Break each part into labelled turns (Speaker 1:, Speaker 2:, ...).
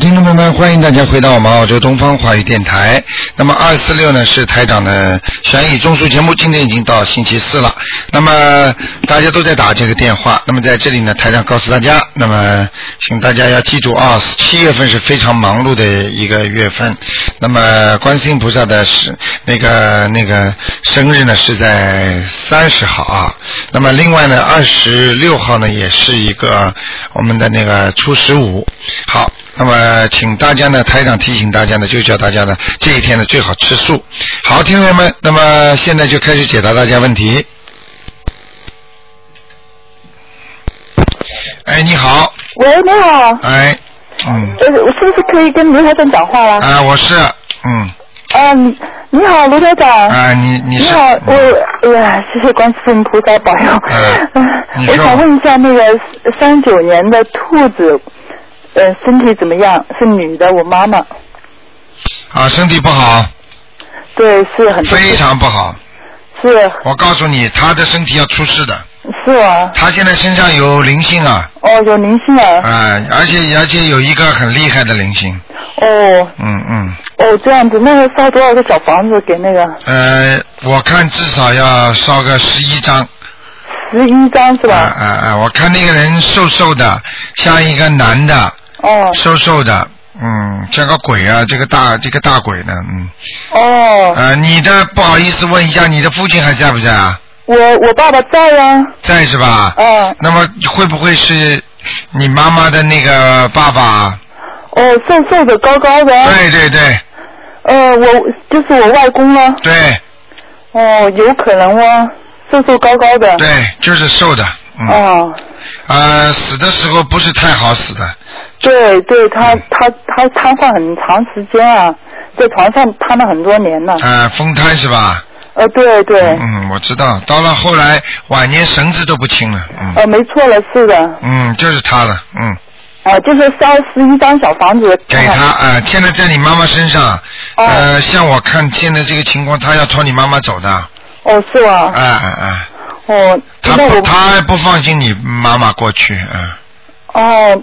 Speaker 1: 欢迎大家回到我们澳洲东方华语电台。那么二四六呢是台长的悬疑综述节目，今天已经到星期四了。那么大家都在打这个电话，那么在这里呢，台长告诉大家，那么请大家要记住啊，七月份是非常忙碌的一个月份。那么观世音菩萨的是那个那个生日呢是在三十号啊。那么另外呢，二十六号呢也是一个我们的那个初十五。好，那么请大家呢，台长提醒大家呢，就叫大家呢，这一天呢最好吃素。好，听众朋友们，那么现在就开始解答大家问题。哎，你好，
Speaker 2: 喂，你好，
Speaker 1: 哎，嗯，
Speaker 2: 呃，我是不是可以跟卢台长讲话了？
Speaker 1: 啊，我是，嗯，
Speaker 2: 嗯，你好，卢台长。
Speaker 1: 啊，你你
Speaker 2: 你
Speaker 1: 是，
Speaker 2: 好，我
Speaker 1: 嗯
Speaker 2: 哎呀，谢谢观世音菩萨保佑。呃
Speaker 1: 嗯你
Speaker 2: 我
Speaker 1: 说
Speaker 2: 想问一下那个三九年的兔子，呃，身体怎么样？是女的，我妈妈。
Speaker 1: 啊，身体不好，
Speaker 2: 对，是很
Speaker 1: 非常不好。
Speaker 2: 是
Speaker 1: 我告诉你，他的身体要出事的，
Speaker 2: 是啊，
Speaker 1: 他现在身上有灵性啊，
Speaker 2: 哦，有灵性啊，
Speaker 1: 啊，而且而且有一个很厉害的灵性，
Speaker 2: 哦
Speaker 1: 嗯嗯。
Speaker 2: 哦，这样子，那个烧多少个小房子给那个
Speaker 1: 呃，我看至少要烧个十一张。
Speaker 2: 十一张是
Speaker 1: 啊
Speaker 2: 吧？
Speaker 1: 啊啊！我看那个人瘦瘦的，像一个男的，
Speaker 2: 哦
Speaker 1: 瘦瘦的，嗯，像个鬼啊，这个大这个大鬼呢，嗯。
Speaker 2: 哦，
Speaker 1: 呃，你的不好意思问一下，你的父亲还在不在啊？
Speaker 2: 我我爸爸在啊，
Speaker 1: 在是吧？
Speaker 2: 嗯。
Speaker 1: 那么会不会是你妈妈的那个爸爸啊？
Speaker 2: 哦，瘦瘦的，高高的。
Speaker 1: 对对对
Speaker 2: 呃，我就是我外公了。
Speaker 1: 对
Speaker 2: 哦，有可能哦，瘦瘦高高的。。
Speaker 1: 对，就是瘦的，嗯。
Speaker 2: 哦，
Speaker 1: 呃，死的时候不是太好死的，
Speaker 2: 对对，他
Speaker 1: 嗯
Speaker 2: 他他瘫痪很长时间啊，在床上瘫了很多年了。
Speaker 1: 呃，风瘫是吧？
Speaker 2: 呃，对对，
Speaker 1: 嗯，我知道，到了后来晚年绳子都不清了，嗯，
Speaker 2: 呃，没错了，是的，啊、
Speaker 1: 嗯，就是他了，嗯，
Speaker 2: 就是烧十一张小房子啊
Speaker 1: 给他
Speaker 2: 哦
Speaker 1: 啊、呃现在在你妈妈身上，呃，像我看现在这个情况，他要拖你妈妈走的，啊
Speaker 2: 哦，是吧？
Speaker 1: 啊啊，
Speaker 2: 哦，
Speaker 1: 他
Speaker 2: 那
Speaker 1: 不
Speaker 2: 我
Speaker 1: 他还不放心你妈妈过去，啊、
Speaker 2: 哦，
Speaker 1: 嗯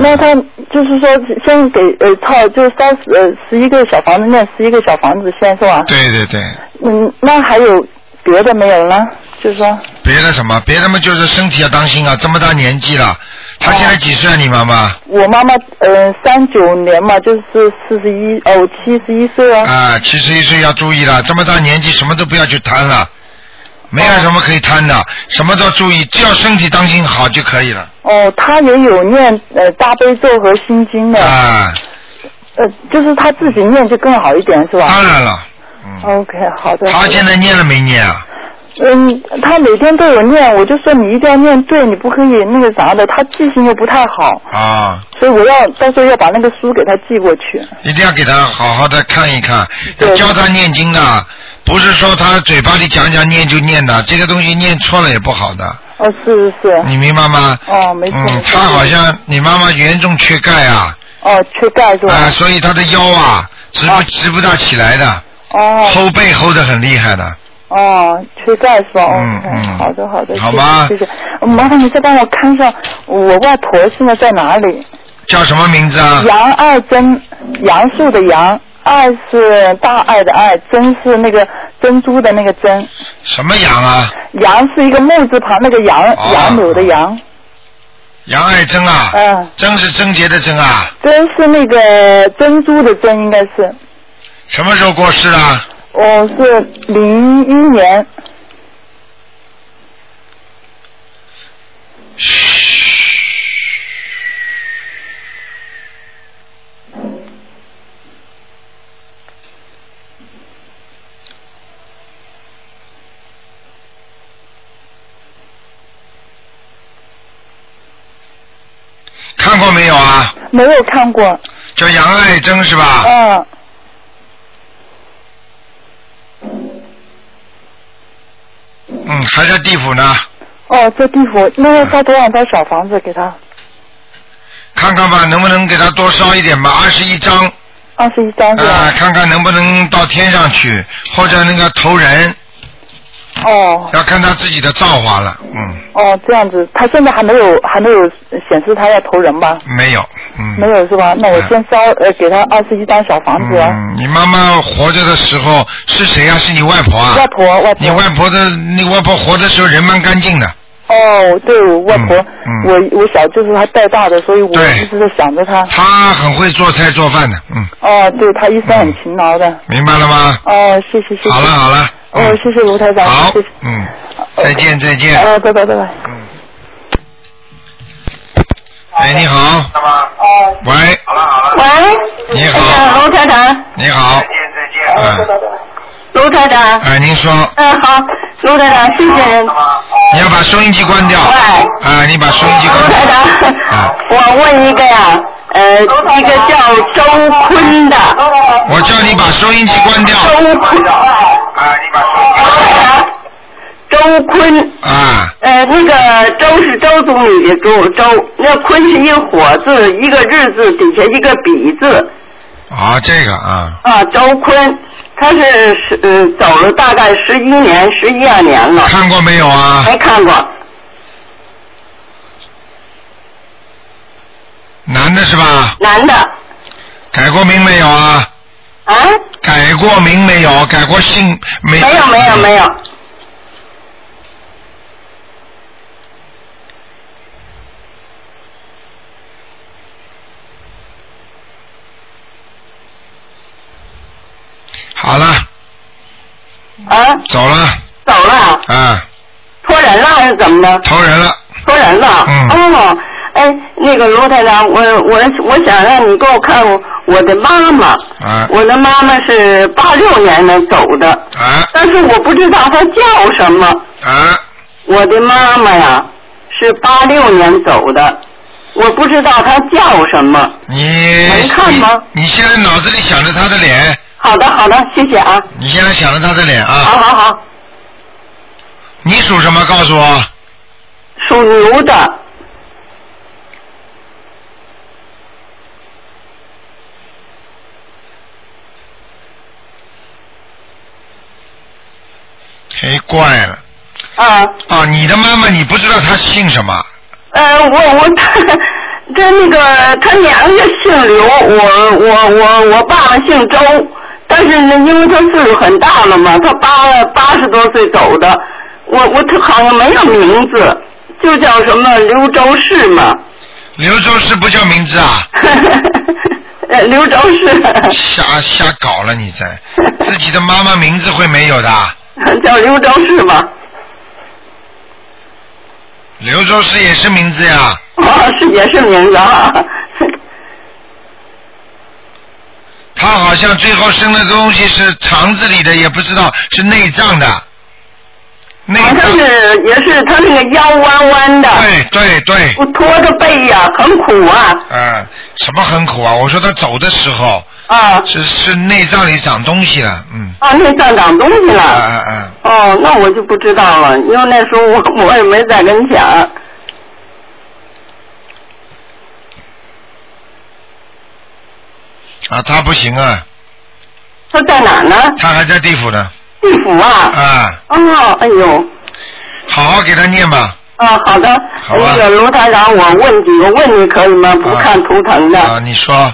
Speaker 2: 那他就是说先给呃套，就是烧十呃十一个小房子，念十一个小房子先是吧？
Speaker 1: 对对对，
Speaker 2: 嗯，那还有别的没有呢？就是说，
Speaker 1: 别的什么，别的嘛就是身体要当心啊，这么大年纪了，他现在几岁啊？你妈妈？
Speaker 2: 我妈妈，呃，三九年嘛，就是四十一，哦，七十一岁啊。
Speaker 1: 啊，七十一岁要注意了，这么大年纪什么都不要去贪了，没有什么可以贪的，什么都注意，只要身体当心好就可以了。
Speaker 2: 哦，她也有念呃大悲咒和心经的，
Speaker 1: 啊，
Speaker 2: 呃，就是她自己念就更好一点，是吧
Speaker 1: 当然了，嗯，
Speaker 2: ？OK，好的。
Speaker 1: 他
Speaker 2: 好的
Speaker 1: 啊现在念了没念啊？
Speaker 2: 嗯，她每天都有念，我就说你一定要念对，你不可以那个啥的，她记性又不太好，
Speaker 1: 啊，
Speaker 2: 所以我要到时候要把那个书给她寄过去。
Speaker 1: 一定要给他好好的看一看，
Speaker 2: 对
Speaker 1: 要教他念经的，不是说他嘴巴里讲讲念就念的，这个东西念错了也不好的，
Speaker 2: 哦，是是是，
Speaker 1: 你明白吗？
Speaker 2: 哦，没错。没
Speaker 1: 嗯，
Speaker 2: 错
Speaker 1: 他好像你妈妈严重缺钙啊，
Speaker 2: 哦，缺钙是吧？
Speaker 1: 啊，所以他的腰啊直不直不大起来的。
Speaker 2: 哦
Speaker 1: 后背后的很厉害的，
Speaker 2: 哦，缺钙是吧？哦
Speaker 1: 嗯嗯
Speaker 2: 好的好的，
Speaker 1: 好吧
Speaker 2: 谢谢谢谢。麻烦你再帮我看一下我外婆现在在哪里？
Speaker 1: 叫什么名字啊？
Speaker 2: 杨二珍，杨树的杨，二是大爱的爱，珍是那个珍珠的那个珍，
Speaker 1: 什么杨啊？
Speaker 2: 杨是一个木字旁那个杨，
Speaker 1: 哦
Speaker 2: 杨柳的杨，
Speaker 1: 杨爱珍啊？
Speaker 2: 嗯，
Speaker 1: 珍是贞洁的贞啊？
Speaker 2: 珍是那个珍珠的珍，应该是，
Speaker 1: 什么时候过世啊？
Speaker 2: 哦，是零一年，
Speaker 1: 看过没有啊？
Speaker 2: 没有看过，
Speaker 1: 叫杨爱珍是吧？
Speaker 2: 嗯，
Speaker 1: 嗯，还在地府呢。
Speaker 2: 哦，这地府那要烧多少套小房子给他？
Speaker 1: 看看吧，能不能给他多烧一点吧，二十一张啊、
Speaker 2: 二十一张是吧？
Speaker 1: 看看能不能到天上去，或者那个投人，
Speaker 2: 哦
Speaker 1: 要看他自己的造化了，嗯，
Speaker 2: 哦，这样子，他现在还没有还没有显示他要投人吧？
Speaker 1: 没有，嗯，
Speaker 2: 没有是吧？那我先烧呃给他二十一张小房子啊，
Speaker 1: 嗯，你妈妈活着的时候是谁啊？是你外婆啊？
Speaker 2: 外婆外
Speaker 1: 你
Speaker 2: 婆。
Speaker 1: 外婆的，你外婆活的时候人蛮干净的，
Speaker 2: 哦，对，我外婆，
Speaker 1: 嗯嗯
Speaker 2: 我我小舅是她带大的，所以我
Speaker 1: 对
Speaker 2: 一直在想着她。
Speaker 1: 她很会做菜做饭的，嗯，
Speaker 2: 哦，对，她一生很勤劳的。
Speaker 1: 明白了吗？
Speaker 2: 哦，谢谢谢谢。
Speaker 1: 好了好了，
Speaker 2: 哦，
Speaker 1: 嗯，
Speaker 2: 谢谢卢台长。
Speaker 1: 好
Speaker 2: 谢谢，
Speaker 1: 嗯，再见再见，
Speaker 2: 哦，拜拜拜拜。
Speaker 1: 哎，你好，
Speaker 2: 哦，
Speaker 1: 喂，
Speaker 3: 喂，
Speaker 1: 你好
Speaker 3: 哎呀卢台长，
Speaker 1: 你好，嗯，
Speaker 3: 卢台长，
Speaker 1: 哎，您说，
Speaker 3: 嗯，好，卢台长，谢谢。
Speaker 2: 嗯
Speaker 1: 你要把收音机关掉，
Speaker 3: 喂
Speaker 1: 啊，你把收音机
Speaker 3: 卢
Speaker 1: 关
Speaker 3: 台
Speaker 1: 掉，
Speaker 3: 长
Speaker 1: 啊，
Speaker 3: 我问一个呀，呃，一个叫周坤的，
Speaker 1: 我叫你把收音机关掉，
Speaker 3: 周坤，卢台长，周坤，
Speaker 1: 啊，
Speaker 3: 呃，那个周是周总理的周，周，那坤是一个火字，一个日字底下一个比字，
Speaker 1: 啊，这个啊，
Speaker 3: 啊，周坤，他是十呃走了大概十一年、十一二年了，
Speaker 1: 看过没有啊？
Speaker 3: 没看过。
Speaker 1: 男的是吧？
Speaker 3: 男的
Speaker 1: 改过名没有啊？
Speaker 3: 啊？
Speaker 1: 改过名没有？改过姓没？
Speaker 3: 没有没有没有。
Speaker 1: 好了，
Speaker 3: 啊，
Speaker 1: 走了，
Speaker 3: 走了，
Speaker 1: 啊，
Speaker 3: 托人了还是怎么的？
Speaker 1: 投人了，
Speaker 3: 托人了。
Speaker 1: 嗯
Speaker 3: 哦，哎，那个罗台长，我我我想让你给我看我我的妈妈。
Speaker 1: 啊
Speaker 3: 我的妈妈是八六年的走的，
Speaker 1: 啊
Speaker 3: 但是我不知道她叫什么。
Speaker 1: 啊，
Speaker 3: 我的妈妈呀，是八六年走的，我不知道她叫什么。
Speaker 1: 你
Speaker 3: 能看吗
Speaker 1: 你你现在脑子里想着他的脸，
Speaker 3: 好的，好的，谢谢啊，
Speaker 1: 你现在想着他的脸
Speaker 3: 好
Speaker 1: 啊？
Speaker 3: 好好，
Speaker 1: 你属什么？告诉我，
Speaker 3: 属牛的，
Speaker 1: 忒怪了
Speaker 3: 啊，
Speaker 1: 啊！你的妈妈，你不知道她姓什么？
Speaker 3: 呃，我我他那个他娘家姓刘，我我我我爸爸姓周，但是呢，因为他岁数很大了嘛，他八八十多岁走的，我我他好像没有名字，就叫什么刘周氏嘛，
Speaker 1: 刘州是不叫名字啊？
Speaker 3: 呃，刘周氏
Speaker 1: 瞎瞎搞了你在，自己的妈妈名字会没有的啊？
Speaker 3: 叫刘周氏吧，
Speaker 1: 刘州市也是名字呀，
Speaker 3: 啊，是也是名字啊，
Speaker 1: 他好像最后生的东西是肠子里的，也不知道是内脏的，内
Speaker 3: 好像
Speaker 1: 脏。
Speaker 3: 是也是他那个腰弯弯的。
Speaker 1: 对对对，
Speaker 3: 我驼着背呀、很苦啊
Speaker 1: 嗯，什么很苦啊？我说他走的时候
Speaker 3: 啊
Speaker 1: 是是内脏里长东西了，嗯，
Speaker 3: 啊！那算长东西
Speaker 1: 啊
Speaker 3: 了。
Speaker 1: 啊啊，
Speaker 3: 哦，那我就不知道了，因为那时候我 我也没在跟前儿。
Speaker 1: 啊，他不行啊，
Speaker 3: 他在哪儿呢？
Speaker 1: 他还在地府呢，
Speaker 3: 地府啊。
Speaker 1: 啊，
Speaker 3: 哦，哎呦，
Speaker 1: 好好给他念吧，
Speaker 3: 啊，好的。
Speaker 1: 好吧
Speaker 3: 那个卢台长，我问几个问题可以吗？不
Speaker 1: 啊
Speaker 3: 看图腾的。
Speaker 1: 啊，你说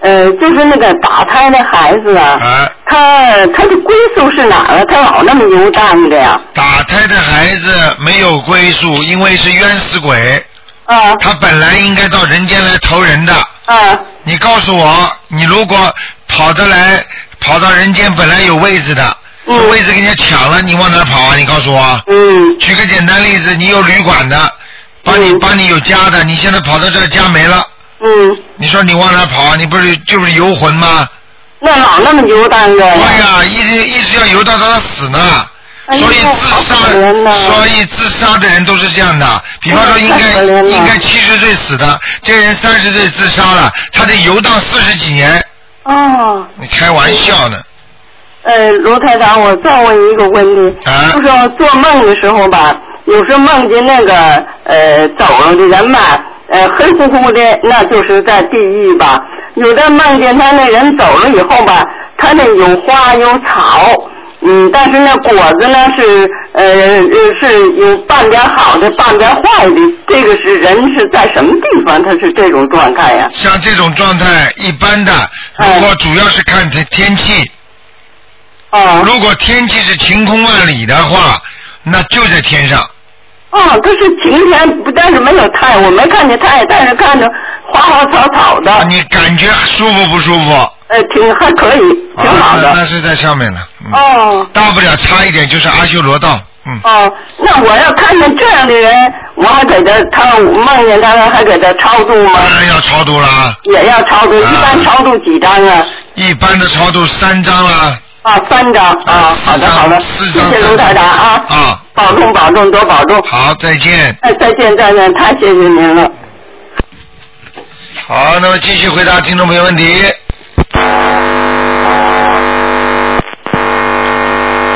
Speaker 3: 呃，就是那个打胎的孩子啊，
Speaker 1: 啊，
Speaker 3: 他他的归宿是哪儿啊？他老那么游荡着呀。
Speaker 1: 打胎的孩子没有归宿，因为是冤死鬼，
Speaker 3: 啊
Speaker 1: 他本来应该到人间来投人的，
Speaker 3: 啊
Speaker 1: 你告诉我，你如果跑得来，跑到人间本来有位置的，
Speaker 3: 嗯
Speaker 1: 有位置给人家抢了，你往哪儿跑啊？你告诉我。
Speaker 3: 嗯
Speaker 1: 举个简单例子，你有旅馆的，帮你
Speaker 3: 嗯
Speaker 1: 帮你有家的，你现在跑到这儿家没了，
Speaker 3: 嗯，
Speaker 1: 你说你往哪儿跑啊？你不是就是游魂吗？
Speaker 3: 那老那么游荡哎着呀。
Speaker 1: 对呀、一直一直要游到他死呢。
Speaker 3: 哎
Speaker 1: 啊
Speaker 3: 呦
Speaker 1: 所以自杀
Speaker 3: 好可怜，呐哎
Speaker 1: 所以自杀的人都是这样的。比方说，应
Speaker 3: 太可
Speaker 1: 该
Speaker 3: 怜了
Speaker 1: 应该七十岁死的，这人三十岁自杀了，他得游荡四十几年。
Speaker 3: 哦。
Speaker 1: 你开玩笑呢？
Speaker 3: 呃，卢台长，我再问一个问题，
Speaker 1: 啊
Speaker 3: 就是说做梦的时候吧，有时候梦见那个呃走了的人吧，呃黑乎乎的，那就是在地狱吧；有的梦见他那人走了以后吧，他那有花有草，嗯，但是那果子呢是呃呃是有半边好的，半边坏的。这个是人是在什么地方？它是这种状态呀、
Speaker 1: 像这种状态，一般的，
Speaker 3: 哎
Speaker 1: 如果主要是看天天气，
Speaker 3: 哦
Speaker 1: 如果天气是晴空万里的话，那就在天上。
Speaker 3: 哦，它是晴天，不但是没有太，我没看见太，但是看着花花草草的，
Speaker 1: 啊你感觉舒服不舒服？啊
Speaker 3: 呃，挺还可以，挺好的。
Speaker 1: 啊那那是在上面了。嗯、
Speaker 3: 哦
Speaker 1: 大不了差一点就是阿修罗道。嗯，
Speaker 3: 哦，那我要看见这样的人，我还给他他梦见他还给他超度吗？
Speaker 1: 当然要超度啦，
Speaker 3: 也要超度，一
Speaker 1: 啊
Speaker 3: 般超度几张啊？
Speaker 1: 一般的超度三张啦。
Speaker 3: 啊，三张啊，好的好的，
Speaker 1: 四
Speaker 3: 谢
Speaker 1: 张
Speaker 3: 谢卢台长啊，
Speaker 1: 啊，
Speaker 3: 保重保重，多保重。
Speaker 1: 好，再见。
Speaker 3: 哎，再见再见，太谢谢您了。
Speaker 1: 好，那么继续回答听众朋友问题。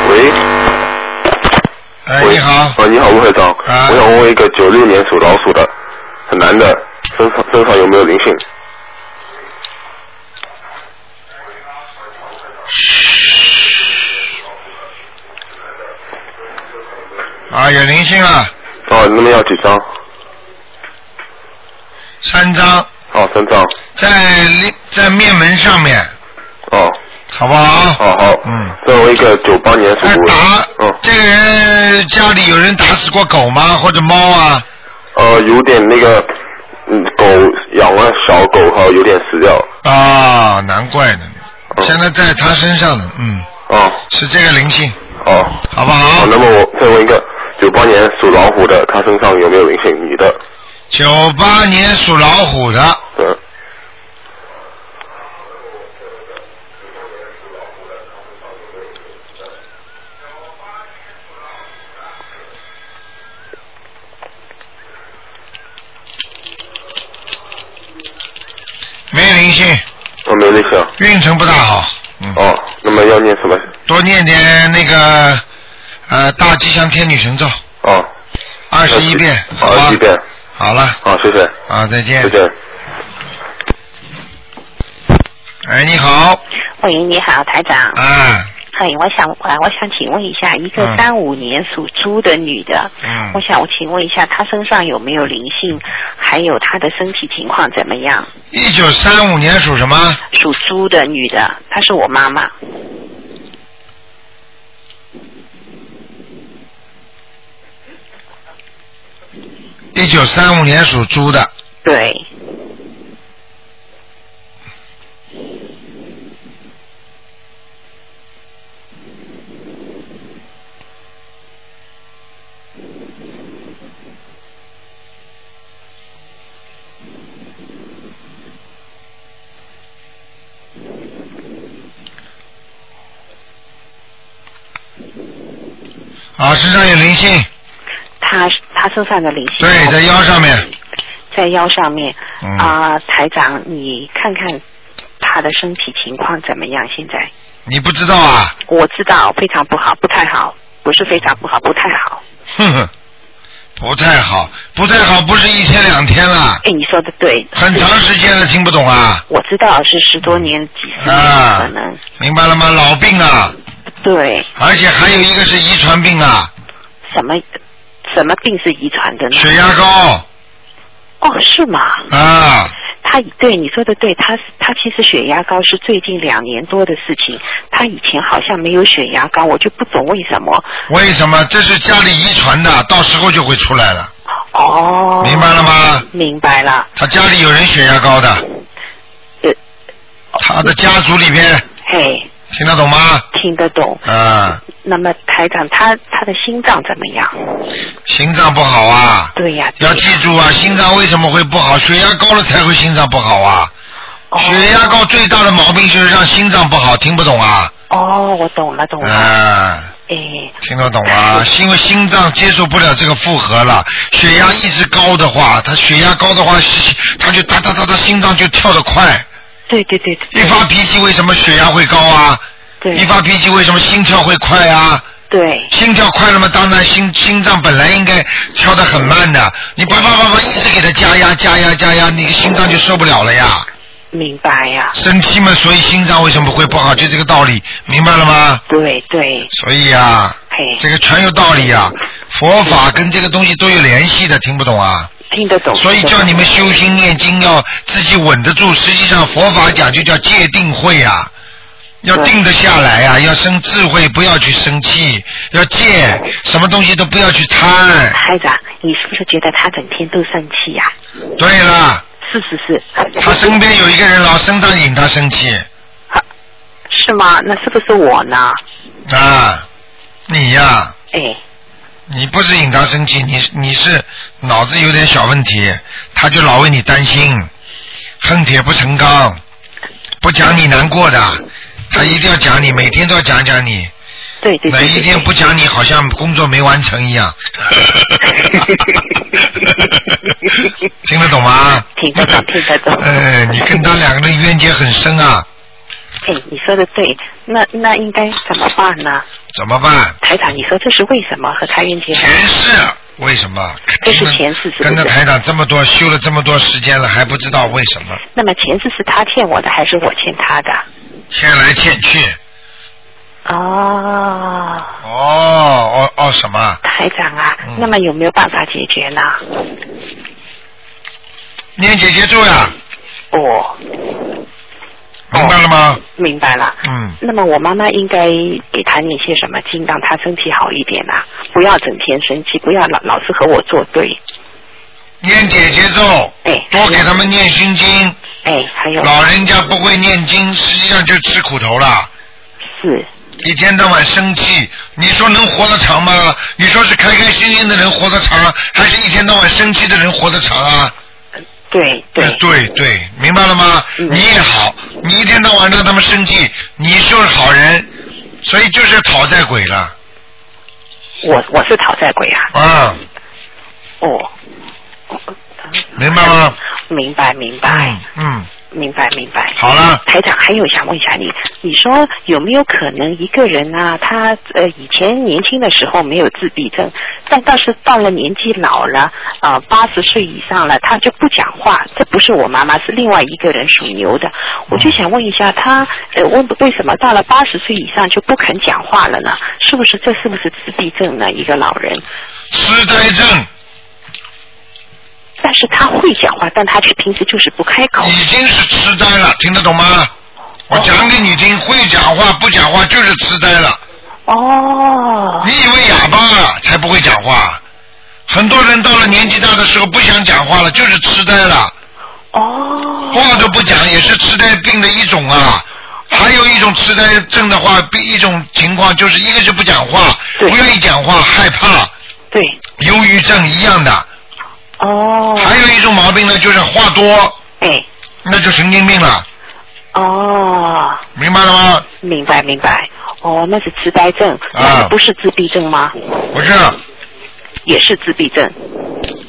Speaker 4: 喂，
Speaker 1: 哎，
Speaker 4: 喂
Speaker 1: 你好，
Speaker 4: 啊，你好，吴会长。
Speaker 1: 啊
Speaker 4: 我想问一个九六年属老鼠的，很男的，身上身上有没有灵性？
Speaker 1: 啊，有灵性啊，
Speaker 4: 哦，那么要几张？
Speaker 1: 三张
Speaker 4: 哦，三张。
Speaker 1: 在另在面门上面，
Speaker 4: 哦，
Speaker 1: 好不好？
Speaker 4: 哦好。
Speaker 1: 嗯。
Speaker 4: 再问一个九八年属
Speaker 1: 哎，
Speaker 4: 虎的。
Speaker 1: 打
Speaker 4: 嗯。
Speaker 1: 这个人家里有人打死过狗吗？或者猫啊？
Speaker 4: 呃，有点那个，嗯，狗养了小狗哈，有点死掉。
Speaker 1: 啊，难怪呢，
Speaker 4: 嗯
Speaker 1: 现在在他身上呢，嗯，
Speaker 4: 哦，
Speaker 1: 是这个灵性，
Speaker 4: 哦。
Speaker 1: 好不
Speaker 4: 好
Speaker 1: 好，？
Speaker 4: 那么我再问一个九八年属老虎的，他身上有没有灵性？女的。
Speaker 1: 九八年属老虎的，
Speaker 4: 嗯。
Speaker 1: 没灵性，
Speaker 4: 哦，没有灵性啊。
Speaker 1: 运程不大好，嗯，
Speaker 4: 哦，那么要念什么？
Speaker 1: 多念点那个呃大吉祥天女神咒
Speaker 4: 哦。
Speaker 1: 二十一遍，好
Speaker 4: 好，二
Speaker 1: 吧
Speaker 4: 十一？遍。
Speaker 1: 好了，
Speaker 4: 好，谢谢。
Speaker 1: 啊，再见
Speaker 4: 再。见。
Speaker 1: 哎，你好，
Speaker 5: 喂，你好，台长。
Speaker 1: 啊，
Speaker 5: 哎，我想啊，我想请问一下，一个
Speaker 1: 嗯
Speaker 5: 三五年属猪的女的，
Speaker 1: 嗯
Speaker 5: 我想我请问一下，她身上有没有灵性，还有她的身体情况怎么样？
Speaker 1: 一九三五年属什么？
Speaker 5: 属猪的女的，她是我妈妈。
Speaker 1: 一九三五年属猪的，
Speaker 5: 对，
Speaker 1: 啊，身上有灵性，
Speaker 5: 她她身上的灵性
Speaker 1: 对，在腰上面，
Speaker 5: 在腰上面
Speaker 1: 嗯
Speaker 5: 啊、台长，你看看她的身体情况怎么样？现在
Speaker 1: 你不知道啊？
Speaker 5: 我知道非常不好，不太好，不是非常不好，不太好。
Speaker 1: 哼哼，不太好，不太好，不是一天两天了，
Speaker 5: 哎，你说的对，
Speaker 1: 很长时间了，听不懂啊？
Speaker 5: 我知道是十多年、几十年
Speaker 1: 啊
Speaker 5: 可能。
Speaker 1: 明白了吗？老病啊，
Speaker 5: 对，
Speaker 1: 而且还有一个是遗传病啊，
Speaker 5: 什么什么病是遗传的呢？
Speaker 1: 血压高
Speaker 5: 哦，是吗？
Speaker 1: 啊，
Speaker 5: 他对你说的对，他他其实血压高是最近两年多的事情，他以前好像没有血压高，我就不懂为什么。
Speaker 1: 为什么？这是家里遗传的，到时候就会出来了。
Speaker 5: 哦，
Speaker 1: 明白了吗？
Speaker 5: 明白了，
Speaker 1: 他家里有人血压高的，
Speaker 5: 呃，
Speaker 1: 他的家族里边
Speaker 5: 嘿，
Speaker 1: 听得懂吗？
Speaker 5: 听得懂。
Speaker 1: 啊，
Speaker 5: 那么台长，他他的心脏怎么样？
Speaker 1: 心脏不好啊，
Speaker 5: 对呀、对
Speaker 1: 要
Speaker 5: 呀
Speaker 1: 记住
Speaker 5: 哦
Speaker 1: 啊，心脏为什么会不好？血压高了才会心脏不好啊。
Speaker 5: 哦
Speaker 1: 血压高最大的毛病就是让心脏不好，听不懂啊？
Speaker 5: 哦，我懂了，懂了。
Speaker 1: 啊，
Speaker 5: 哎，
Speaker 1: 听得懂啊？因为心脏接受不了这个负荷了，血压一直高的话，他血压高的话，是他就哒哒哒哒，心脏就跳得快。
Speaker 5: 对对对
Speaker 1: 一
Speaker 5: 对
Speaker 1: 发脾气为什么血压会高啊？
Speaker 5: 对
Speaker 1: 一发脾气为什么心跳会快啊？
Speaker 5: 对
Speaker 1: 心跳快了嘛，当然心心脏本来应该跳得很慢的，你叭叭叭叭一直给它加压加压加压，你心脏就受不了了呀。
Speaker 5: 明白呀、
Speaker 1: 生气嘛，所以心脏为什么会不好，就这个道理，明白了吗？
Speaker 5: 对对，
Speaker 1: 所以啊，
Speaker 5: 嘿，
Speaker 1: 这个全有道理啊，佛法跟这个东西都有联系的，听不懂啊？
Speaker 5: 听得懂。
Speaker 1: 所以
Speaker 5: 听得懂
Speaker 1: 叫你们修心念经要自己稳得住，实际上佛法讲就叫戒定慧啊。要定得下来啊，要生智慧，不要去生气，要戒，什么东西都不要去贪。
Speaker 5: 台长，你是不是觉得他整天都生气啊呀、
Speaker 1: 对了，
Speaker 5: 是是是，
Speaker 1: 他身边有一个人老身上引他生气
Speaker 5: 是吗？那是不是我呢？
Speaker 1: 啊，你呀、
Speaker 5: 哎，
Speaker 1: 你不是引他生气，你你是脑子有点小问题，他就老为你担心，恨铁不成钢，不讲你难过的，他一定要讲你，每天都要讲讲你，
Speaker 5: 对对对对
Speaker 1: 每一天不讲你，好像工作没完成一 样。听得懂吗？
Speaker 5: 听得懂听得懂
Speaker 1: 呃，你跟他两个人冤结很深啊，
Speaker 5: 哎，你说的对，那那应该怎么办呢？
Speaker 1: 怎么办？
Speaker 5: 台长，你说这是为什么和开运结合？
Speaker 1: 前世为什么？
Speaker 5: 这是前世是不是
Speaker 1: 跟着台长这么多修了这么多时间了，还不知道为什么
Speaker 5: 那么前世是他欠我的，还是我欠他的？
Speaker 1: 欠来欠去。
Speaker 5: 哦，
Speaker 1: 哦哦哦，什么？
Speaker 5: 台长啊，
Speaker 1: 嗯
Speaker 5: 那么有没有办法解决呢？
Speaker 1: 念姐姐咒呀，
Speaker 5: 哦，
Speaker 1: 明白了吗？
Speaker 5: 明白了。
Speaker 1: 嗯，
Speaker 5: 那么我妈妈应该给她念些什么经，让她身体好一点啊？不要整天生气，不要老老是和我作对。
Speaker 1: 念姐姐咒
Speaker 5: 哎，
Speaker 1: 多给他们念心经。
Speaker 5: 哎，还有
Speaker 1: 老人家不会念经，实际上就吃苦头了。
Speaker 5: 是，
Speaker 1: 一天到晚生气，你说能活得长吗？你说是开开心心的人活得长，还是一天到晚生气的人活得长啊？
Speaker 5: 对对、
Speaker 1: 呃对对，明白了吗？
Speaker 5: 嗯
Speaker 1: 你也好，你一天到晚让他们生气，你就是好人，所以就是讨债鬼了
Speaker 5: 我我是讨债鬼啊。
Speaker 1: 啊，
Speaker 5: 哦，
Speaker 1: 明白吗？
Speaker 5: 明白明白。
Speaker 1: 嗯嗯，
Speaker 5: 明白明白。
Speaker 1: 好了
Speaker 5: 台长，还有想问一下你，你说有没有可能一个人啊，他呃以前年轻的时候没有自闭症，但但是到了年纪老了，啊八十岁以上了，他就不讲话。这不是我妈妈，是另外一个人属牛的。我就想问一下他，呃问为什么到了八十岁以上就不肯讲话了呢？是不是这是不是自闭症呢？一个老人，
Speaker 1: 痴呆症
Speaker 5: 但是他会讲话，但他却平时就是不开口。哦
Speaker 1: 已经是痴呆了，听得懂吗？我讲给你听，会讲话不讲话就是痴呆了。
Speaker 5: 哦，
Speaker 1: 你以为哑巴啊才不会讲话？很多人到了年纪大的时候不想讲话了，就是痴呆了。
Speaker 5: 哦。
Speaker 1: 话都不讲，也是痴呆病的一种啊。还有一种痴呆症的话，病一种情况就是一个是不讲话，
Speaker 5: 对
Speaker 1: 不愿意讲话，害怕，
Speaker 5: 对，
Speaker 1: 忧郁症一样的。
Speaker 5: 哦，
Speaker 1: 还有一种毛病呢，就是话多，
Speaker 5: 哎，
Speaker 1: 那就神经病了，
Speaker 5: 哦，
Speaker 1: 明白了吗？
Speaker 5: 明白明白，哦，那是痴呆症，那
Speaker 1: 啊
Speaker 5: 不是自闭症吗？
Speaker 1: 不是，
Speaker 5: 也是自闭症，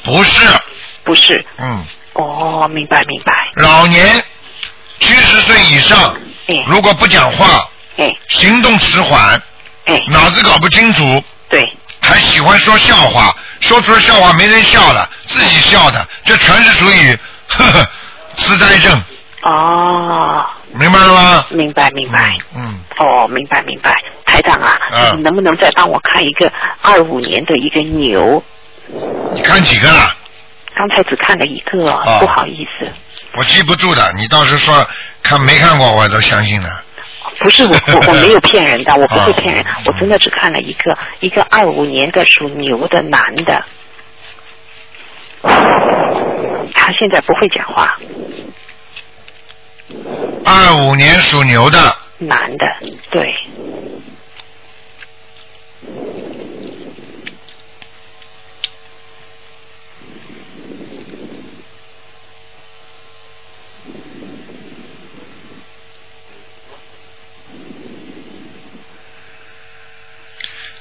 Speaker 1: 不是，
Speaker 5: 不是，
Speaker 1: 嗯，
Speaker 5: 哦，明白明白，
Speaker 1: 老年七十岁以上，
Speaker 5: 哎
Speaker 1: 如果不讲话，
Speaker 5: 哎
Speaker 1: 行动迟缓，
Speaker 5: 哎，
Speaker 1: 脑子搞不清楚，
Speaker 5: 对，
Speaker 1: 还喜欢说笑话，说出了笑话没人笑了，自己笑的，这全是属于 呵呵痴呆症，
Speaker 5: 哦，
Speaker 1: 明白了吗？
Speaker 5: 明白明白。
Speaker 1: 嗯，
Speaker 5: 哦，明白明白，台长啊，
Speaker 1: 啊
Speaker 5: 你能不能再帮我看一个二五年的一个牛？
Speaker 1: 嗯你看几个了？
Speaker 5: 刚才只看了一个，
Speaker 1: 啊
Speaker 5: 不好意思，
Speaker 1: 我记不住的，你到时候说看没看过，我都相信了。
Speaker 5: 不是我我我没有骗人的，我不会
Speaker 1: 啊
Speaker 5: 骗人，我真的只看了一个一个二五年的属牛的男的， 他现在不会讲话，
Speaker 1: 二五年属牛的，
Speaker 5: 男的，对，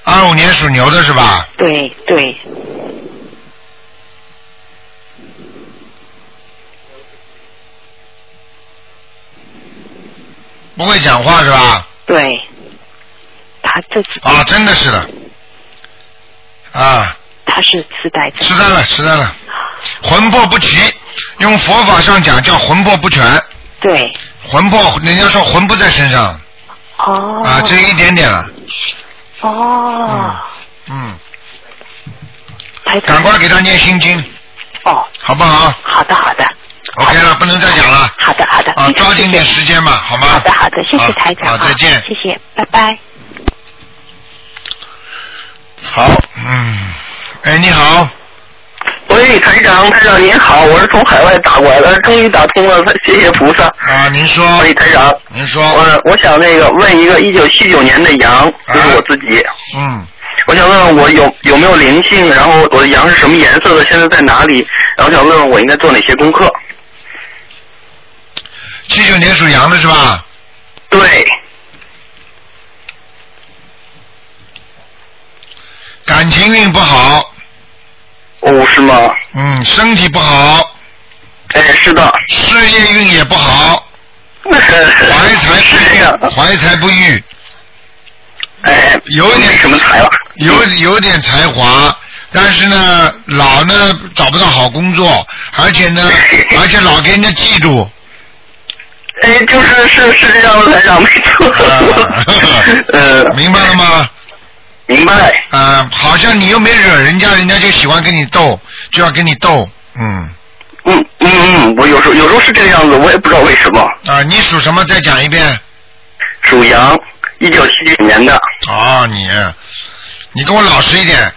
Speaker 1: 二五年属牛的是吧？
Speaker 5: 对对，
Speaker 1: 不会讲话是吧？
Speaker 5: 对，他这是
Speaker 1: 啊，真的是的，啊，
Speaker 5: 他是痴呆症
Speaker 1: 痴呆了，痴呆了，魂魄不齐，用佛法上讲叫魂魄不全，
Speaker 5: 对，
Speaker 1: 魂魄，人家说魂不在身上
Speaker 5: 哦，
Speaker 1: 啊，只有一点点了，
Speaker 5: 哦，
Speaker 1: 嗯，
Speaker 5: 台长
Speaker 1: 赶快给他念心经，
Speaker 5: 哦，
Speaker 1: 好不好
Speaker 5: 好的好的，
Speaker 1: ？OK 了，不能再讲了，
Speaker 5: 好的好的，
Speaker 1: 啊，
Speaker 5: 非常
Speaker 1: 抓紧
Speaker 5: 谢
Speaker 1: 点
Speaker 5: 谢
Speaker 1: 时间吧，好吗？
Speaker 5: 好的好的，谢谢
Speaker 1: 啊
Speaker 5: 台长
Speaker 1: 好，
Speaker 5: 啊，
Speaker 1: 再见。
Speaker 5: 谢谢，拜拜。
Speaker 1: 好，嗯，哎，你好，
Speaker 6: 喂，台长，台长您好，我是从海外打过来的，终于打通了，谢谢菩萨。
Speaker 1: 啊，您说，
Speaker 6: 喂，台长，呃
Speaker 1: 您说，
Speaker 6: 我我想那个问一个一九七九年的羊，就是我自己，
Speaker 1: 嗯，
Speaker 6: 我想问问我有有没有灵性，然后我的羊是什么颜色的，现在在哪里，然后想问问我应该做哪些功课。
Speaker 1: 七九年属羊的是吧？
Speaker 6: 对，
Speaker 1: 感情运不好，
Speaker 6: 哦，是吗？
Speaker 1: 嗯，身体不好，
Speaker 6: 哎，是的，
Speaker 1: 事业运也不好，怀才不
Speaker 6: 是这样
Speaker 1: 遇，，怀才不遇，
Speaker 6: 哎，
Speaker 1: 有一点
Speaker 6: 没什么财了，
Speaker 1: 有有点才华，但是呢，老呢找不到好工作，而且呢，而且老给人家嫉妒，
Speaker 6: 哎，就是是是这样的，台长没错
Speaker 1: 啊，
Speaker 6: 呃，
Speaker 1: 明白了吗？
Speaker 6: 明白。
Speaker 1: 啊，好像你又没惹人家，人家就喜欢跟你斗，就要跟你斗，嗯，
Speaker 6: 嗯嗯嗯，我有时候有时候是这个样子，我也不知道为什么。
Speaker 1: 啊，你属什么？再讲一遍。
Speaker 6: 属羊，一九七九年的。
Speaker 1: 啊、你，你跟我老实一点，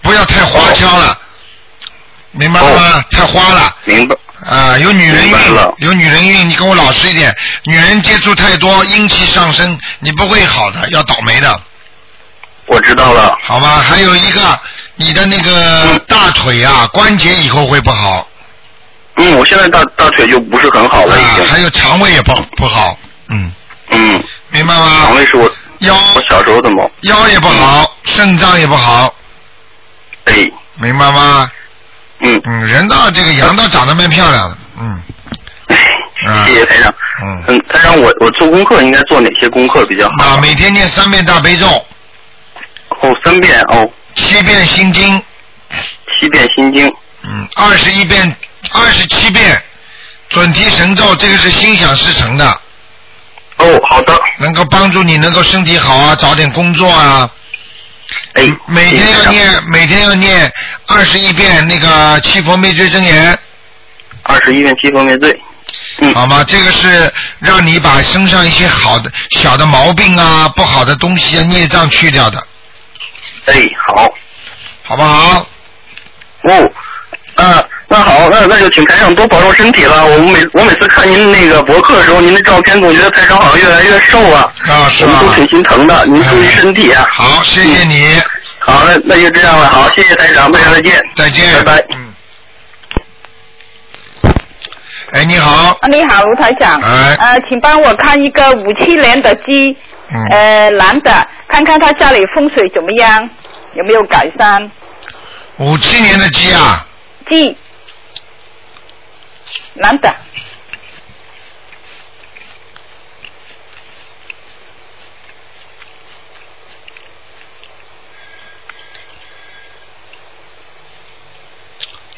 Speaker 1: 不要太花俏了，明白了吗？太花了。
Speaker 6: 明白。
Speaker 1: 啊，有女人运
Speaker 6: 明白了，
Speaker 1: 有女人运，你跟我老实一点。女人接触太多，阴气上升，你不会好的，要倒霉的，
Speaker 6: 我知道了。
Speaker 1: 好吧？还有一个，你的那个大腿啊，关节以后会不好
Speaker 6: 嗯，我现在大大腿就不是很好
Speaker 1: 啊
Speaker 6: 了，已经。，
Speaker 1: 还有肠胃也不不好，嗯，
Speaker 6: 嗯，
Speaker 1: 明白
Speaker 6: 肠
Speaker 1: 吗？
Speaker 6: 胃是我
Speaker 1: 腰
Speaker 6: 我小时候的毛。
Speaker 1: 腰也不好，肾脏也不好，
Speaker 6: 哎，
Speaker 1: 明白吗？
Speaker 6: 嗯，
Speaker 1: 嗯，人到这个羊倒长得蛮漂亮的，嗯啊
Speaker 6: 谢谢台长。
Speaker 1: 嗯，
Speaker 6: 嗯，台长，我我做功课应该做哪些功课比较好？
Speaker 1: 啊，每天念三遍大悲咒，
Speaker 6: 哦，三遍哦，
Speaker 1: 七遍心经，
Speaker 6: 七遍心经。
Speaker 1: 嗯，二十一遍，二十七遍准提神咒，这个是心想事成的，
Speaker 6: 哦，好的。
Speaker 1: 能够帮助你能够身体好啊，找点工作啊。
Speaker 6: 哎，
Speaker 1: 每天
Speaker 6: 谢谢台
Speaker 1: 要
Speaker 6: 长
Speaker 1: 念，每天要念二十一遍那个七佛灭罪真言，
Speaker 6: 二十一遍七佛灭罪。嗯，
Speaker 1: 好吗？这个是让你把身上一些好的小的毛病啊、不好的东西啊、孽障去掉的，
Speaker 6: 哎，好。
Speaker 1: 好不好？
Speaker 6: 哦，啊，那好，那那就请台长多保重身体了。我每我每次看您那个博客的时候，您的照片总觉得台长好像越来越瘦啊，
Speaker 1: 啊，是
Speaker 6: 我
Speaker 1: 吧
Speaker 6: 们？都挺心疼的。您注意身体啊。
Speaker 1: 好，谢谢你，
Speaker 6: 嗯好，那那就这样了。好，谢谢台长，台长再见。
Speaker 1: 再见。
Speaker 6: 拜拜。
Speaker 1: 嗯。哎，你好，
Speaker 7: 啊，你好，卢台长。
Speaker 1: 哎
Speaker 7: 呃，请帮我看一个五七年的鸡，
Speaker 6: 哎
Speaker 1: 嗯，
Speaker 7: 呃，男的，看看他家里风水怎么样，有没有改善？
Speaker 1: 五七年的鸡啊，
Speaker 7: 鸡，男的，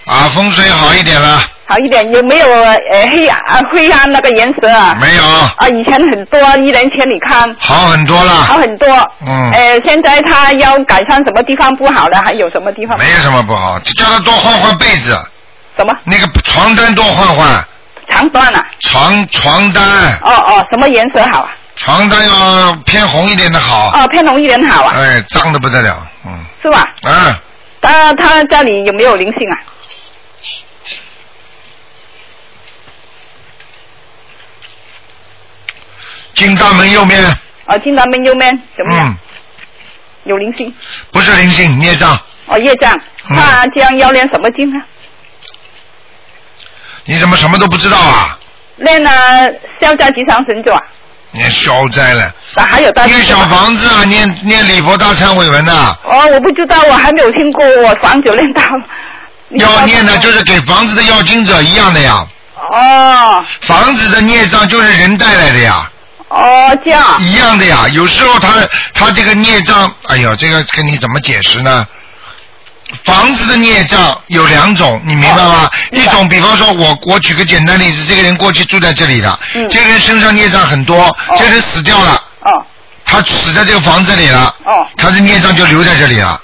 Speaker 1: 啊，风水好一点了，
Speaker 7: 好一点，有没有呃黑暗啊灰暗那个颜色啊？
Speaker 1: 没有，
Speaker 7: 啊，以前很多，一年前你看
Speaker 1: 好很多
Speaker 7: 好
Speaker 1: 了，
Speaker 7: 很多。
Speaker 1: 嗯
Speaker 7: 呃，现在他要改善什么地方不好了？还有什么地方？
Speaker 1: 没有什么不好，就叫他多换换被子，
Speaker 7: 什么
Speaker 1: 那个床单多换换，
Speaker 7: 长短啊？
Speaker 1: 床床单，
Speaker 7: 哦哦，什么颜色好啊？
Speaker 1: 床单要偏红一点的好，
Speaker 7: 哦，偏红一点好啊，
Speaker 1: 哎，脏的不得了，嗯，
Speaker 7: 是吧？
Speaker 1: 啊，
Speaker 7: 他他家里有没有灵性啊？
Speaker 1: 进大门右面，
Speaker 7: 哦，进南门右面怎么样？
Speaker 1: 嗯，
Speaker 7: 有灵性
Speaker 1: 不是灵性孽障，
Speaker 7: 哦，业障。
Speaker 1: 嗯
Speaker 7: 那这样要练什么经
Speaker 2: 啊
Speaker 7: 呢？
Speaker 1: 你怎么什么都不知道啊？
Speaker 7: 练啊，消灾吉祥神咒啊，
Speaker 1: 念消灾了，
Speaker 7: 啊还有大悲咒
Speaker 1: 念小房子啊，念念礼佛大忏悔文呐、
Speaker 7: 哦，我不知道，我还没有听过，我长久练到。你知道
Speaker 1: 要念的
Speaker 7: 吗
Speaker 1: 就是给房子的要经者一样的呀，
Speaker 7: 哦
Speaker 1: 房子的孽障就是人带来的呀，
Speaker 7: 哦这样啊
Speaker 1: 一样的呀。有时候他他这个孽障，哎呦，这个跟你怎么解释呢？房子的孽障有两种，你明白
Speaker 2: 哦
Speaker 1: 吗？一种，比方说我我举个简单例子，这个人过去住在这里的，
Speaker 2: 嗯
Speaker 1: 这个人身上孽障很多，这个人死掉了，
Speaker 2: 哦
Speaker 1: 他死在这个房子里了，
Speaker 2: 哦
Speaker 1: 他的孽障就留在这里了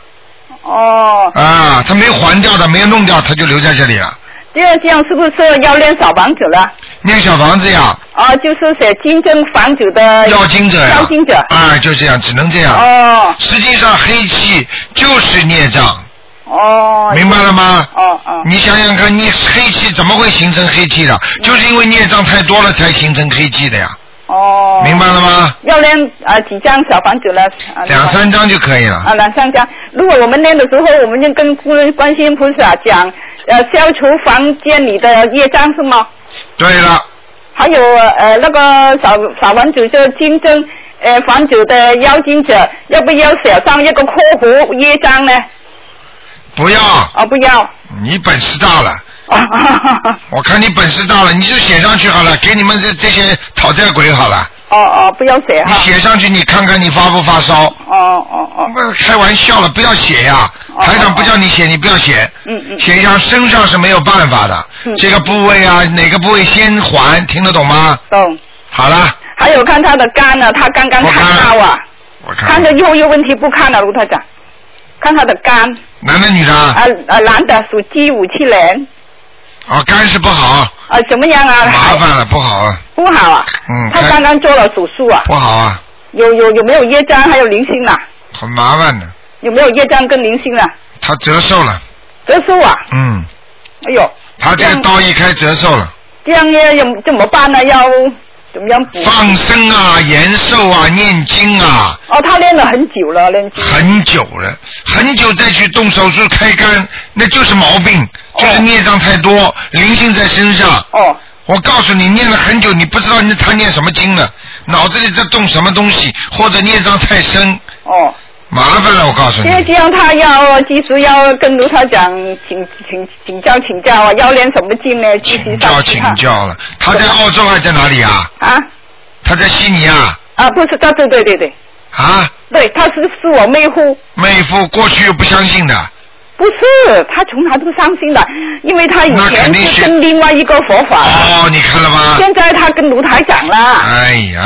Speaker 2: 哦，
Speaker 1: 啊，他没有还掉的，没有弄掉，他就留在这里了。
Speaker 2: 这样这样是不是要练小房子了？
Speaker 1: 念小房子呀，
Speaker 2: 哦，就是写金针房子的
Speaker 1: 要经者呀，
Speaker 2: 哎要经者。
Speaker 1: 啊，就这样，只能这样。
Speaker 2: 哦
Speaker 1: 实际上黑气就是孽障，
Speaker 2: 哦
Speaker 1: 明白了吗？
Speaker 2: 哦哦
Speaker 1: 你想想看，你黑气怎么会形成黑气的？
Speaker 2: 嗯
Speaker 1: 就是因为孽障太多了才形成黑气的呀，
Speaker 2: 哦，
Speaker 1: 明白了吗？
Speaker 2: 要练啊几张小房子了？啊
Speaker 1: 两三张就可以了。
Speaker 2: 啊，两三张。如果我们练的时候，我们就跟观观世音菩萨讲，呃，消除房间里的业障是吗？
Speaker 1: 对了，
Speaker 2: 还有呃那个小小房主就金针呃房主的邀请者，要不要写上一个括弧业障呢？
Speaker 1: 不要，
Speaker 2: 哦，不要。
Speaker 1: 你本事大 了，
Speaker 2: 哦
Speaker 1: 我看你本事大了，你就写上去好了，给你们这这些讨债鬼好了，
Speaker 2: 哦哦，不要写
Speaker 1: 你
Speaker 2: 哈。
Speaker 1: 写上去，你看看你发不发烧？
Speaker 2: 哦哦哦，
Speaker 1: 不是开玩笑了，不要写呀！
Speaker 2: 哦
Speaker 1: 台长不叫你写，你不要写。
Speaker 2: 嗯嗯
Speaker 1: 写上身上是没有办法的，
Speaker 2: 嗯
Speaker 1: 这个部位啊，哪个部位先还，听得懂吗？
Speaker 2: 懂。
Speaker 1: 好了，
Speaker 2: 还有看他的肝呢，他刚刚
Speaker 1: 我看
Speaker 2: 看到啊，
Speaker 1: 我
Speaker 2: 看
Speaker 1: 看
Speaker 2: 了。以后有问题不看了，卢台长，看他的肝，
Speaker 1: 男的女的
Speaker 2: 啊
Speaker 1: 啊？
Speaker 2: 啊男的属鸡五七年，
Speaker 1: 哦，肝是不好，
Speaker 2: 啊怎么样啊？
Speaker 1: 麻烦了，不好啊，
Speaker 2: 不好啊。
Speaker 1: 嗯
Speaker 2: 他
Speaker 1: 看
Speaker 2: 刚刚做了手术啊，
Speaker 1: 不好啊，
Speaker 2: 有有有没有业障？还有灵性啊？
Speaker 1: 很麻烦的。
Speaker 2: 有没有业障跟灵性啊？
Speaker 1: 他折寿了，
Speaker 2: 折寿啊！
Speaker 1: 嗯，
Speaker 2: 哎呦，
Speaker 1: 他这个刀一开折寿了，
Speaker 2: 这样要要怎么办呢？要怎么样补？
Speaker 1: 放生啊，延寿啊，念经啊，
Speaker 2: 哦，他练了很久了，练经。
Speaker 1: 很久了，很久再去动手术开肝，那就是毛病，就是孽障太多，灵性在身上。
Speaker 2: 哦
Speaker 1: 我告诉你，念了很久，你不知道你他念什么经了，脑子里在动什么东西，或者孽障太深，
Speaker 2: 哦，
Speaker 1: 麻烦了。我告诉
Speaker 2: 因为
Speaker 1: 你，
Speaker 2: 这样他要继续要跟卢台长请请请教请教啊，要练什么经呢？继续
Speaker 1: 请
Speaker 2: 上
Speaker 1: 教
Speaker 2: 去
Speaker 1: 请
Speaker 2: 看
Speaker 1: 教了。他在澳洲还在哪里啊？
Speaker 2: 啊
Speaker 1: 他在悉尼啊？
Speaker 2: 啊，不是，他对对对对
Speaker 1: 啊，
Speaker 2: 对，他是是我妹夫。
Speaker 1: 妹夫过去又不相信
Speaker 2: 啊
Speaker 1: 的，
Speaker 2: 不是，他从来不伤心的，因为他以
Speaker 1: 那肯
Speaker 2: 前
Speaker 1: 定
Speaker 2: 是
Speaker 1: 是
Speaker 2: 跟另外一个佛法的，
Speaker 1: 哦，你看了吧？
Speaker 2: 现在他跟卢台长了。
Speaker 1: 哎呀，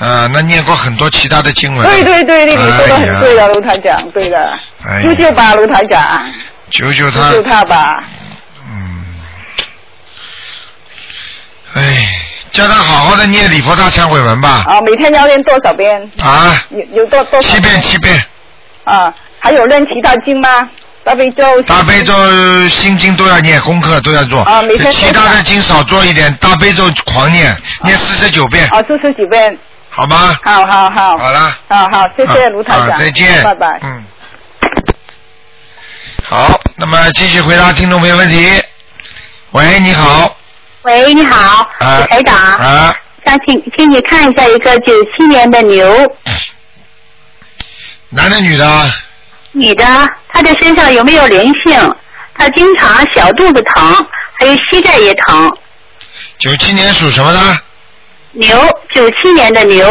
Speaker 1: 啊、那念过很多其他的经文。
Speaker 2: 对对对，对，你说的
Speaker 1: 哎呀
Speaker 2: 很对的，卢台长，对的
Speaker 1: 哎呀，啊
Speaker 2: 救救吧，卢台长，
Speaker 1: 救救
Speaker 2: 救
Speaker 1: 他！
Speaker 2: 救他吧。
Speaker 1: 嗯，哎，叫他好好的念礼佛大忏悔文吧。
Speaker 2: 啊，每天要练多少遍？
Speaker 1: 啊，
Speaker 2: 有有多多
Speaker 1: 七
Speaker 2: 少
Speaker 1: 遍七遍，
Speaker 2: 啊？还有练其他经吗？大悲咒。
Speaker 1: 大悲咒、心经都要念，功课都要做。
Speaker 2: 啊每天都
Speaker 1: 其他的经少做一点，大悲咒狂念，念四十九遍，
Speaker 2: 啊，四十几遍，
Speaker 1: 好吗？
Speaker 2: 好好好。
Speaker 1: 好了。
Speaker 2: 好好，谢谢
Speaker 1: 啊
Speaker 2: 卢台
Speaker 1: 啊
Speaker 2: 长。
Speaker 1: 再见。
Speaker 2: 拜拜。
Speaker 1: 嗯。好，那么继续回答听众朋友问题。喂，你好。
Speaker 3: 喂，你好，
Speaker 1: 啊。
Speaker 3: 台长，
Speaker 1: 啊，
Speaker 3: 想请请你看一下一个九七年的牛
Speaker 1: 男的女的啊？
Speaker 3: 女的，她的身上有没有灵性？她经常小肚子疼，还有膝盖也疼。
Speaker 1: 九七年属什么的？
Speaker 3: 牛，九七年的牛，